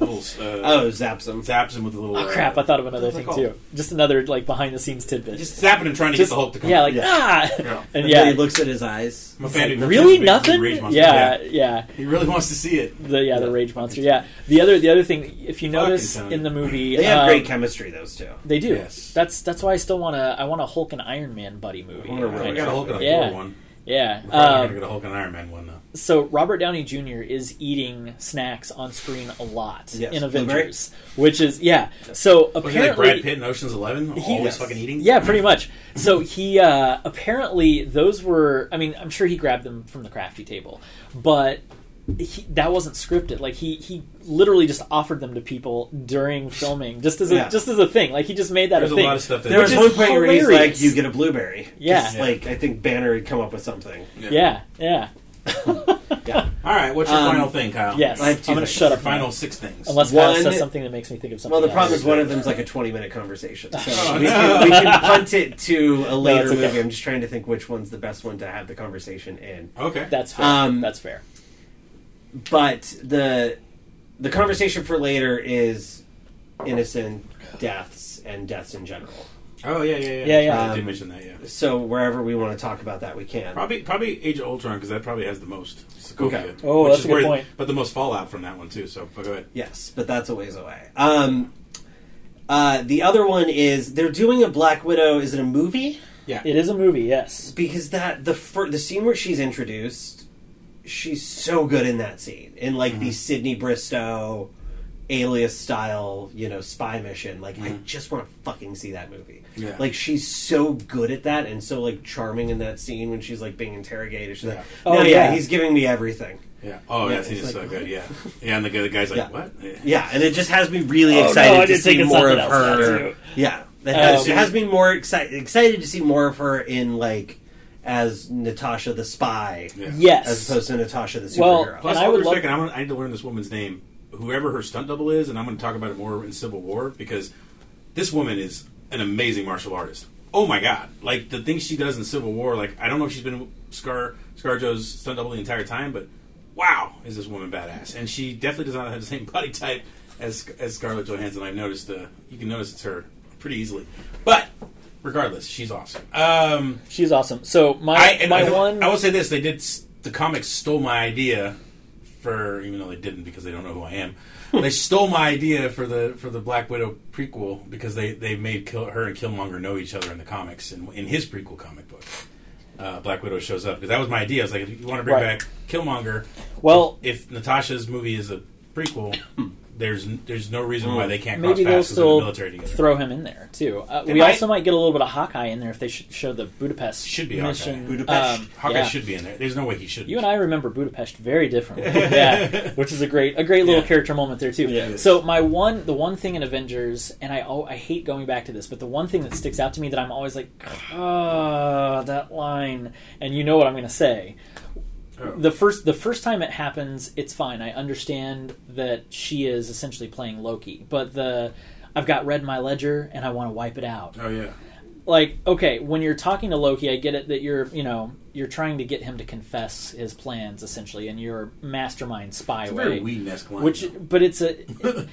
little uh, oh, zaps them. zaps him with the little. uh, Oh crap! I thought of another What was thing it too. Just another like behind the scenes Uh, tidbit. just zapping him, trying to Just- get the Hulk to come. yeah, like Yeah. ah, Yeah. and And then yeah, he looks at his eyes. I'm a fan who really makes nothing. rage monster. Yeah, yeah. he really wants to see it. The yeah, the rage monster. Yeah. The other the other thing, if you Fucking notice Tony. in the movie, They have um, great chemistry, those two. They do. Yes. That's that's why I still want to. I want a Hulk and Iron Man buddy movie. I wanna I really- got a Hulk and a Yeah. Thor one. Yeah. We're probably gonna Um, get a Hulk and an Iron Man one though. so Robert Downey Jr. is eating snacks on screen a lot Yes. in Blueberry? Avengers, which is yeah. So Was it like Brad apparently, Pitt in Ocean's Eleven? Always yes. fucking eating. yeah, pretty much. So he uh, apparently those were. I mean, I'm sure he grabbed them from the crafty table, but. He, that wasn't scripted. Like he, he literally just offered them to people during filming, just as a, Yeah. just as a thing. Like he just made that There's a a thing. lot of stuff that There was Which one is point where he's like, hilarious. "You get a blueberry." 'Cause, Yeah. Yeah. like I think Banner had come up with something. yeah, yeah. All right. What's your Um, final thing, Kyle? Yes, I I'm have two going to things. shut Your up. now. final six things. Unless One- Kyle says something that makes me think of something. Well, the problem else. is one of them's like a twenty-minute conversation, so Oh, we, no. can, we can punt it to a later it's okay. movie. I'm just trying to think which one's the best one to have the conversation in. okay. that's fair. Um, that's fair. But the the conversation for later is innocent deaths and deaths in general. oh yeah, yeah, yeah. Yeah, yeah. I did Um, mention that. Yeah. So wherever we want to talk about that, we can. Probably, probably Age of Ultron because that probably has the most. Sokovia, Okay. Oh, which that's is a good where- point. But the most fallout from that one too. So but go ahead. Yes, but that's a ways away. Um, uh, the other one is they're doing a Black Widow. Is it a movie? Yeah. It is a movie, yes. Because that the fir- the scene where she's introduced, she's so good in that scene in like the Sydney Bristow alias style, you know, spy mission. Like I just want to fucking see that movie. Yeah. Like she's so good at that and so like charming in that scene when she's like being interrogated. She's like, Yeah. "No, Oh, yeah, yeah. he's giving me everything." Yeah. Oh, Yeah, that scene it's is like- so good. Yeah. Yeah, and the, guy- the guy's like, Yeah. "What?" Yeah, and it just has me really Oh, no, excited I to did think see of more of something else, her. that's Yeah, it has, Um, it has me more excited excited to see more of her in like as Natasha the spy, Yeah. as Yes. opposed to Natasha the Well, superhero. Plus, And I I would would love- second, I'm gonna, I need to learn this woman's name, whoever her stunt double is, and I'm going to talk about it more in Civil War because this woman is an amazing martial artist. Oh my god! Like the things she does in Civil War, like I don't know if she's been Scar Scarjo's stunt double the entire time, but wow, is this woman badass? And she definitely does not have the same body type as as Scarlett Johansson. I've noticed. Uh, you can notice it's her pretty easily, but regardless, she's awesome. Um, She's awesome. So I, my and my I, one. I will say this: they did. s- The comics stole my idea for, even though they didn't because they don't know who I am. they stole my idea for the for the Black Widow prequel because they they made Kill, her and Killmonger know each other in the comics and in his prequel comic book. Uh, Black Widow shows up because that was my idea. I was like, if you want to bring Right. back Killmonger, well, if Natasha's movie is a prequel, there's n- there's no reason why they can't cross maybe they'll paths 'cause they're in the still military together. throw him in there too. Uh, we might. also might get a little bit of Hawkeye in there if they should show the Budapest Should be Hawkeye. mission. Budapest. Um, Hawkeye yeah. should be in there. There's no way he shouldn't. You and I remember Budapest very differently. yeah, which is a great a great little Yeah. character moment there too. Yeah. So my one the one thing in Avengers, and I al- I hate going back to this, but the one thing that sticks out to me that I'm always like, ah, that line, and you know what I'm going to say. Oh. The first the first time it happens, it's fine. I understand that she is essentially playing Loki, but the I've got red in my ledger and I want to wipe it out oh yeah. like okay when you're talking to loki i get it that you're you know you're trying to get him to confess his plans essentially and your mastermind spy It's a way very Whedon-esque line. which though. but it's a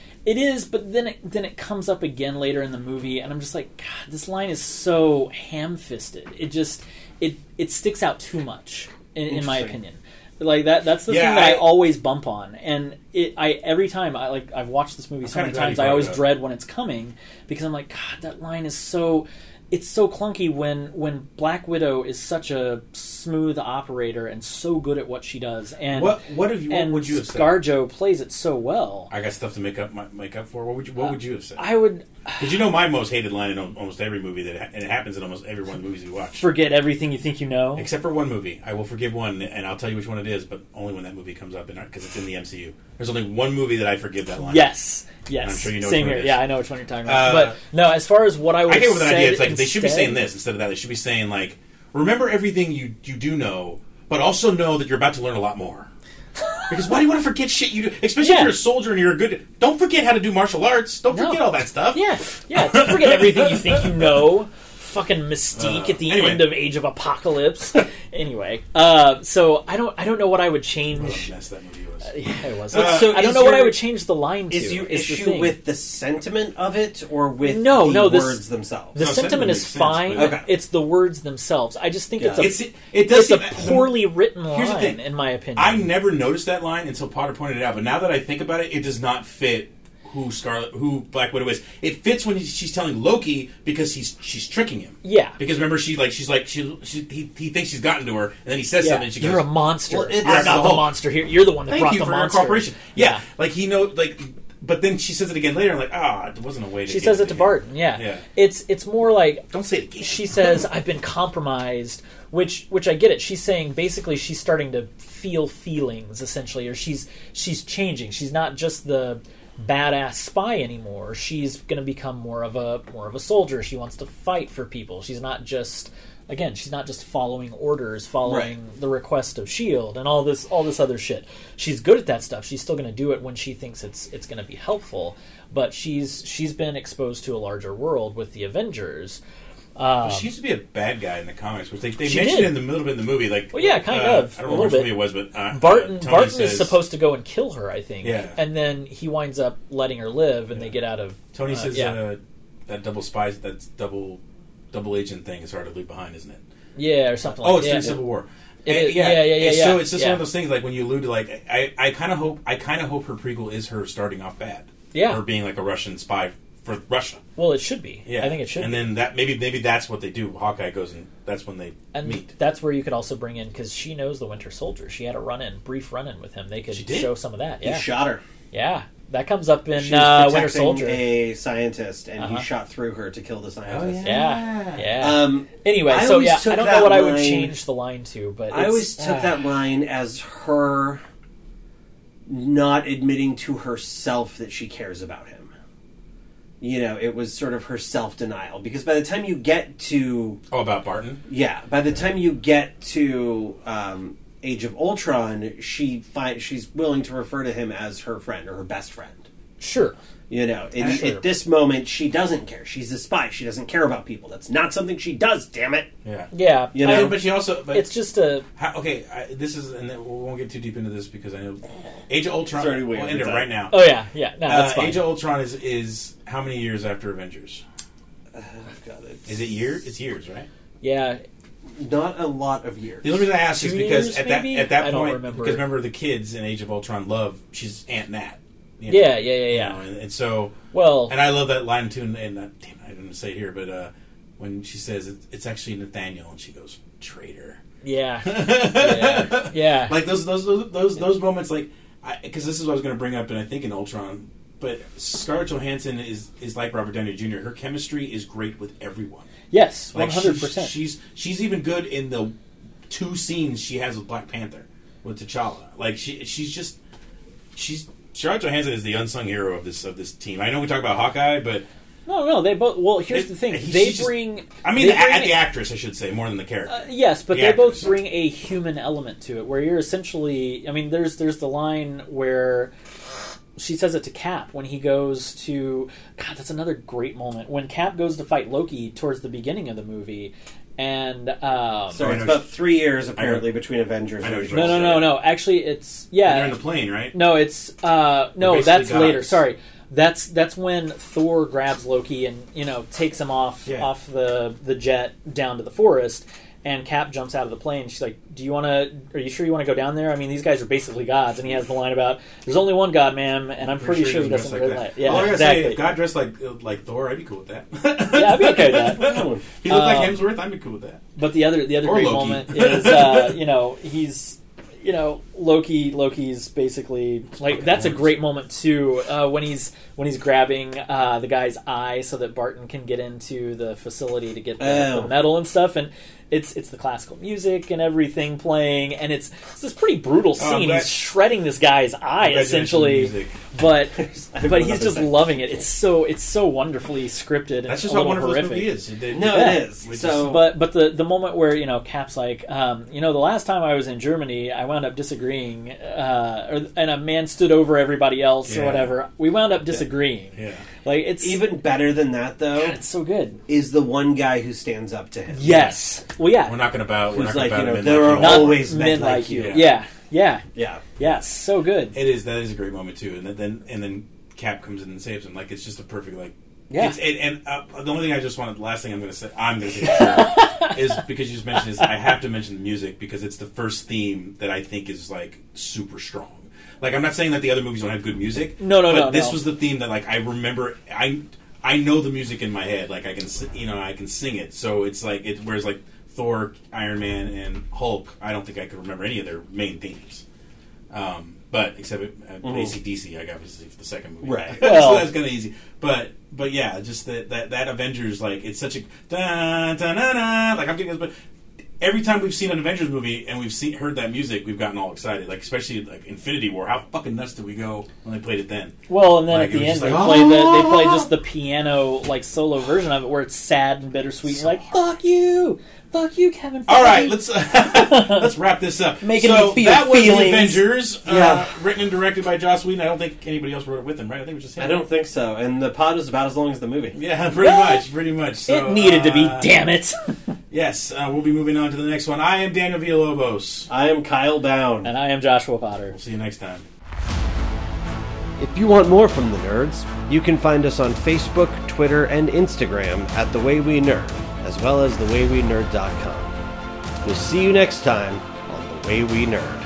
it is but then it then it comes up again later in the movie and i'm just like god this line is so ham-fisted it just it it sticks out too much in, in my Interesting. opinion like that that's the Yeah, thing that I, I- always bump on and it i every time i like i've watched this movie so kinda many glad you times brought i it always up. dread when it's coming because i'm like god that line is so it's so clunky when when black widow is such a smooth operator and so good at what she does and What what have you? What and would you have said? Scarjo plays it so well. I got stuff to make up my, make up for. What would you What would you have said? Uh, I would Because you know my most hated line in al- almost every movie that ha- and it happens in almost every one of the movies we watch, forget everything you think you know. except for one movie. I will forgive one, and I'll tell you which one it is, but only when that movie comes up, and because it's in the MCU. There's only one movie that I forgive that line. Yes, yes. I'm sure you know which Same one here. it is. Yeah, I know which one you're talking about. Uh, but no, as far as what I would, I have came up with an said idea. It's like they should be instead- saying this instead of that. They should be saying like, remember everything you you do know, but also know that you're about to learn a lot more. Because why do you want to forget shit you do? Especially if Yeah. you're a soldier and you're a good. Don't forget how to do martial arts. Don't No. forget all that stuff. Yeah, yeah. Don't forget everything you think you know. Fucking Mystique at the Uh, anyway. end of Age of Apocalypse. anyway, uh, so I don't, I don't know what I would change. What a mess that movie was. Yeah, it was. Uh, But so I don't is know what I your- would change the line to. is your the issue thing. with the sentiment of it or with No, the no, this- words themselves? The No, sentiment sentiment is makes sense, fine. but- Okay. It's the words themselves. I just think Yeah. it's a It's it does it's a seem- poorly written Here's the line, thing. in my opinion. I never noticed that line until Potter pointed it out. But now that I think about it, it does not fit who Scarlet, who Black Widow is. It fits when she's telling Loki because he's she's tricking him. Yeah. Because remember, she like she's like she, she he, he thinks she's gotten to her, and then he says Yeah. something. And she goes, You're a monster. Well, it's- I'm not the Hulk. monster here. You're the one that "Thank brought you the for monster. your cooperation." Yeah. Yeah. Like he know like, but then she says it again later. I'm like, ah, it wasn't a way. to She get says it to here." Barton. Yeah. Yeah. It's it's more like Don't say it again. she says I've been compromised, which which I get it. She's saying basically she's starting to feel feelings essentially, or she's she's changing. She's not just the badass spy anymore. She's going to become more of a more of a soldier. She wants to fight for people. She's not just again, she's not just following orders, following the request of Shield E and all this all this other shit. She's good at that stuff. She's still going to do it when she thinks it's it's going to be helpful. But she's she's been exposed to a larger world with the Avengers. She used to be a bad guy in the comics, which they, they Um, She mentioned did. in the middle bit of the movie. Like, Well, yeah, kind uh, of, I a don't know which little movie it was, but uh, Barton uh, Tony Barton says, is supposed to go and kill her, I think. Yeah. And then he winds up letting her live, and they get out of. Tony uh, says yeah. uh, that double spy, that double double agent thing is hard to leave behind, isn't it? yeah, or something. Oh, like it's yeah. during Civil War. It And- is- yeah, yeah, yeah, and yeah, So it's just yeah. one of those things. Like when you allude to, like, I, I kind of hope, I kind of hope her prequel is her starting off bad. Yeah. Her being like a Russian spy for Russia. Well, it should be. Yeah, I think it should. And be. then that maybe maybe that's what they do. Hawkeye goes and that's when they and meet. that's where you could also bring in because she knows the Winter Soldier. She had a run in, brief run in with him. They could She did? show some of that. He Yeah, shot her. yeah, that comes up in She uh, was Winter protecting Soldier. a scientist, and Uh-huh. Oh, he shot through her to kill the scientist. yeah, yeah. Uh, Um, anyway, I so always yeah, took I don't know that what I would line- change the line to, but I it's- always took ah, that line as her not admitting to herself that she cares about him. You know, it was sort of her self denial because by the time you get to Oh, about Barton. yeah, by the time you get to um, Age of Ultron, she fi- she's willing to refer to him as her friend or her best friend. sure. You know, in, Sure. at this moment, she doesn't care. She's a spy. She doesn't care about people. That's not something she does. Damn it! Yeah. Yeah, You I- know, And- but she also but it's just a how, okay. I, this is and then we won't get too deep into this because I know Age of Ultron. It's already way we'll over end it time. right now. oh yeah yeah no that's uh, fine. Age of Ultron is is how many years after Avengers? God, it's Is it year? It's years, right? yeah, not a lot of years. The only reason I ask is Two because years, at that maybe? at that I don't point, remember. because remember the kids in Age of Ultron love she's Aunt Nat. you know, yeah yeah yeah you yeah. know, and, and so Well, and I love that line too. And, and uh, damn, I didn't say it here, but uh, when she says it, it's actually Nathaniel, and she goes traitor. yeah, yeah, yeah. Like those those those those, those moments, like because this is what I was going to bring up, and I think in Ultron. But Scarlett Johansson is, is like Robert Downey Jr. Her chemistry is great with everyone. yes, one Like, she- hundred percent. She's she's even good in the two scenes she has with Black Panther with T'Challa. Like she she's just she's Scarlett Johansson is the unsung hero of this of this team. I know we talk about Hawkeye, but No, no, they both. Well, here's It- the thing: he- they she's just- bring. I mean they the, a- bring Uh, the actress, I should say, more than the character. Yes, but the they both actors. bring a human element to it, where you're essentially. I mean, there's there's the line where she says it to Cap when he goes to. God, that's another great moment when Cap goes to fight Loki towards the beginning of the movie, and um, So I it's know- about three years apparently between Avengers. I know and you're no, no, no, no. Actually, it's yeah. They're in the plane, right? No, it's uh They're no, basically that's later. gods. Sorry. That's that's when Thor grabs Loki and, you know, takes him off Yeah. off the the jet down to the forest and Cap jumps out of the plane. She's like, "Do you want to are you sure you want to go down there? I mean, these guys are basically gods." And he has the line about, "There's only one god, ma'am," and I'm pretty, sure he dressed doesn't really like Yeah, All I gotta exactly. say, if God dressed like like Thor, I'd be cool with that. Yeah, I'd be okay with that. no. he looked like Um, Hemsworth, I'd be cool with that. But the other the other Or great Loki. moment is uh, you know he's you know Loki Loki's basically like that's a great moment too uh, when he's when he's grabbing uh, the guy's eye so that Barton can get into the facility to get the, Oh. the metal and stuff and. It's, it's the classical music and everything playing, and it's, it's this pretty brutal Oh, I'm scene. glad- He's shredding this guy's eye Congratulations, essentially, music. but I love but he's just that. loving it. It's so it's so wonderfully scripted. And That's just a how little wonderful horrific. this movie is. They- No, Yeah. it is. Which so, But but the the moment where you know Cap's like, um, you know, the last time I was in Germany, I wound up disagreeing, uh, or, and a man stood over everybody else Yeah. or whatever. We wound up disagreeing. yeah. Like it's even even better than that, though, it's so good. is the one guy who stands up to him. Yes. Well, yeah. We're not gonna bow. We're Who's not gonna like, bow to you know, men there like are you. Not always men like you. Yeah. Yeah. yeah. Yeah. Yeah. So good. It is. That is a great moment too. And then and then Cap comes in and saves him. Like it's just a perfect like. Yeah. It's, and and uh, the only thing I just wanted, the last thing I'm going to say, I'm going to say is because you just mentioned is I have to mention the music because it's the first theme that I think is like super strong. Like I'm not saying that the other movies don't have good music. No, no, but no, This no. was the theme that like I remember. I I know the music in my head. Like I can si- you know I can sing it. So it's like it. Whereas like Thor, Iron Man, and Hulk, I don't think I could remember any of their main themes. Um, but except at at ACDC, I got obviously for the second movie, Right. Mm-hmm. Well- so that's kind of easy. But but yeah, just that that that Avengers like it's such a da da da da. Like I'm getting this, but every time we've seen an Avengers movie and we've seen heard that music, we've gotten all excited. Like especially like Infinity War, how fucking nuts did we go when they played it then? Well, and then Like, at it the was end just they like, "Ah!" play the they play just the piano like solo version of it where it's sad and bittersweet. So You're like, fuck you, fuck you, Kevin. All right, Feige." let's let's wrap this up. Making so me feel that was the feelings. Avengers, uh, Yeah. written and directed by Joss Whedon. I don't think anybody else wrote it with him, right? I think it was just him. I don't think so. And the pod is about as long as the movie. Yeah, pretty much, pretty much. So, it needed to be. uh, Damn it. Yes, uh, we'll be moving on to the next one. I am Daniel Villalobos. I am Kyle Bound. and I am Joshua Potter. See you next time. If you want more from the nerds, you can find us on Facebook, Twitter, and Instagram at The Way We Nerd, as well as TheWayWeNerd.com. We'll see you next time on The Way We Nerd.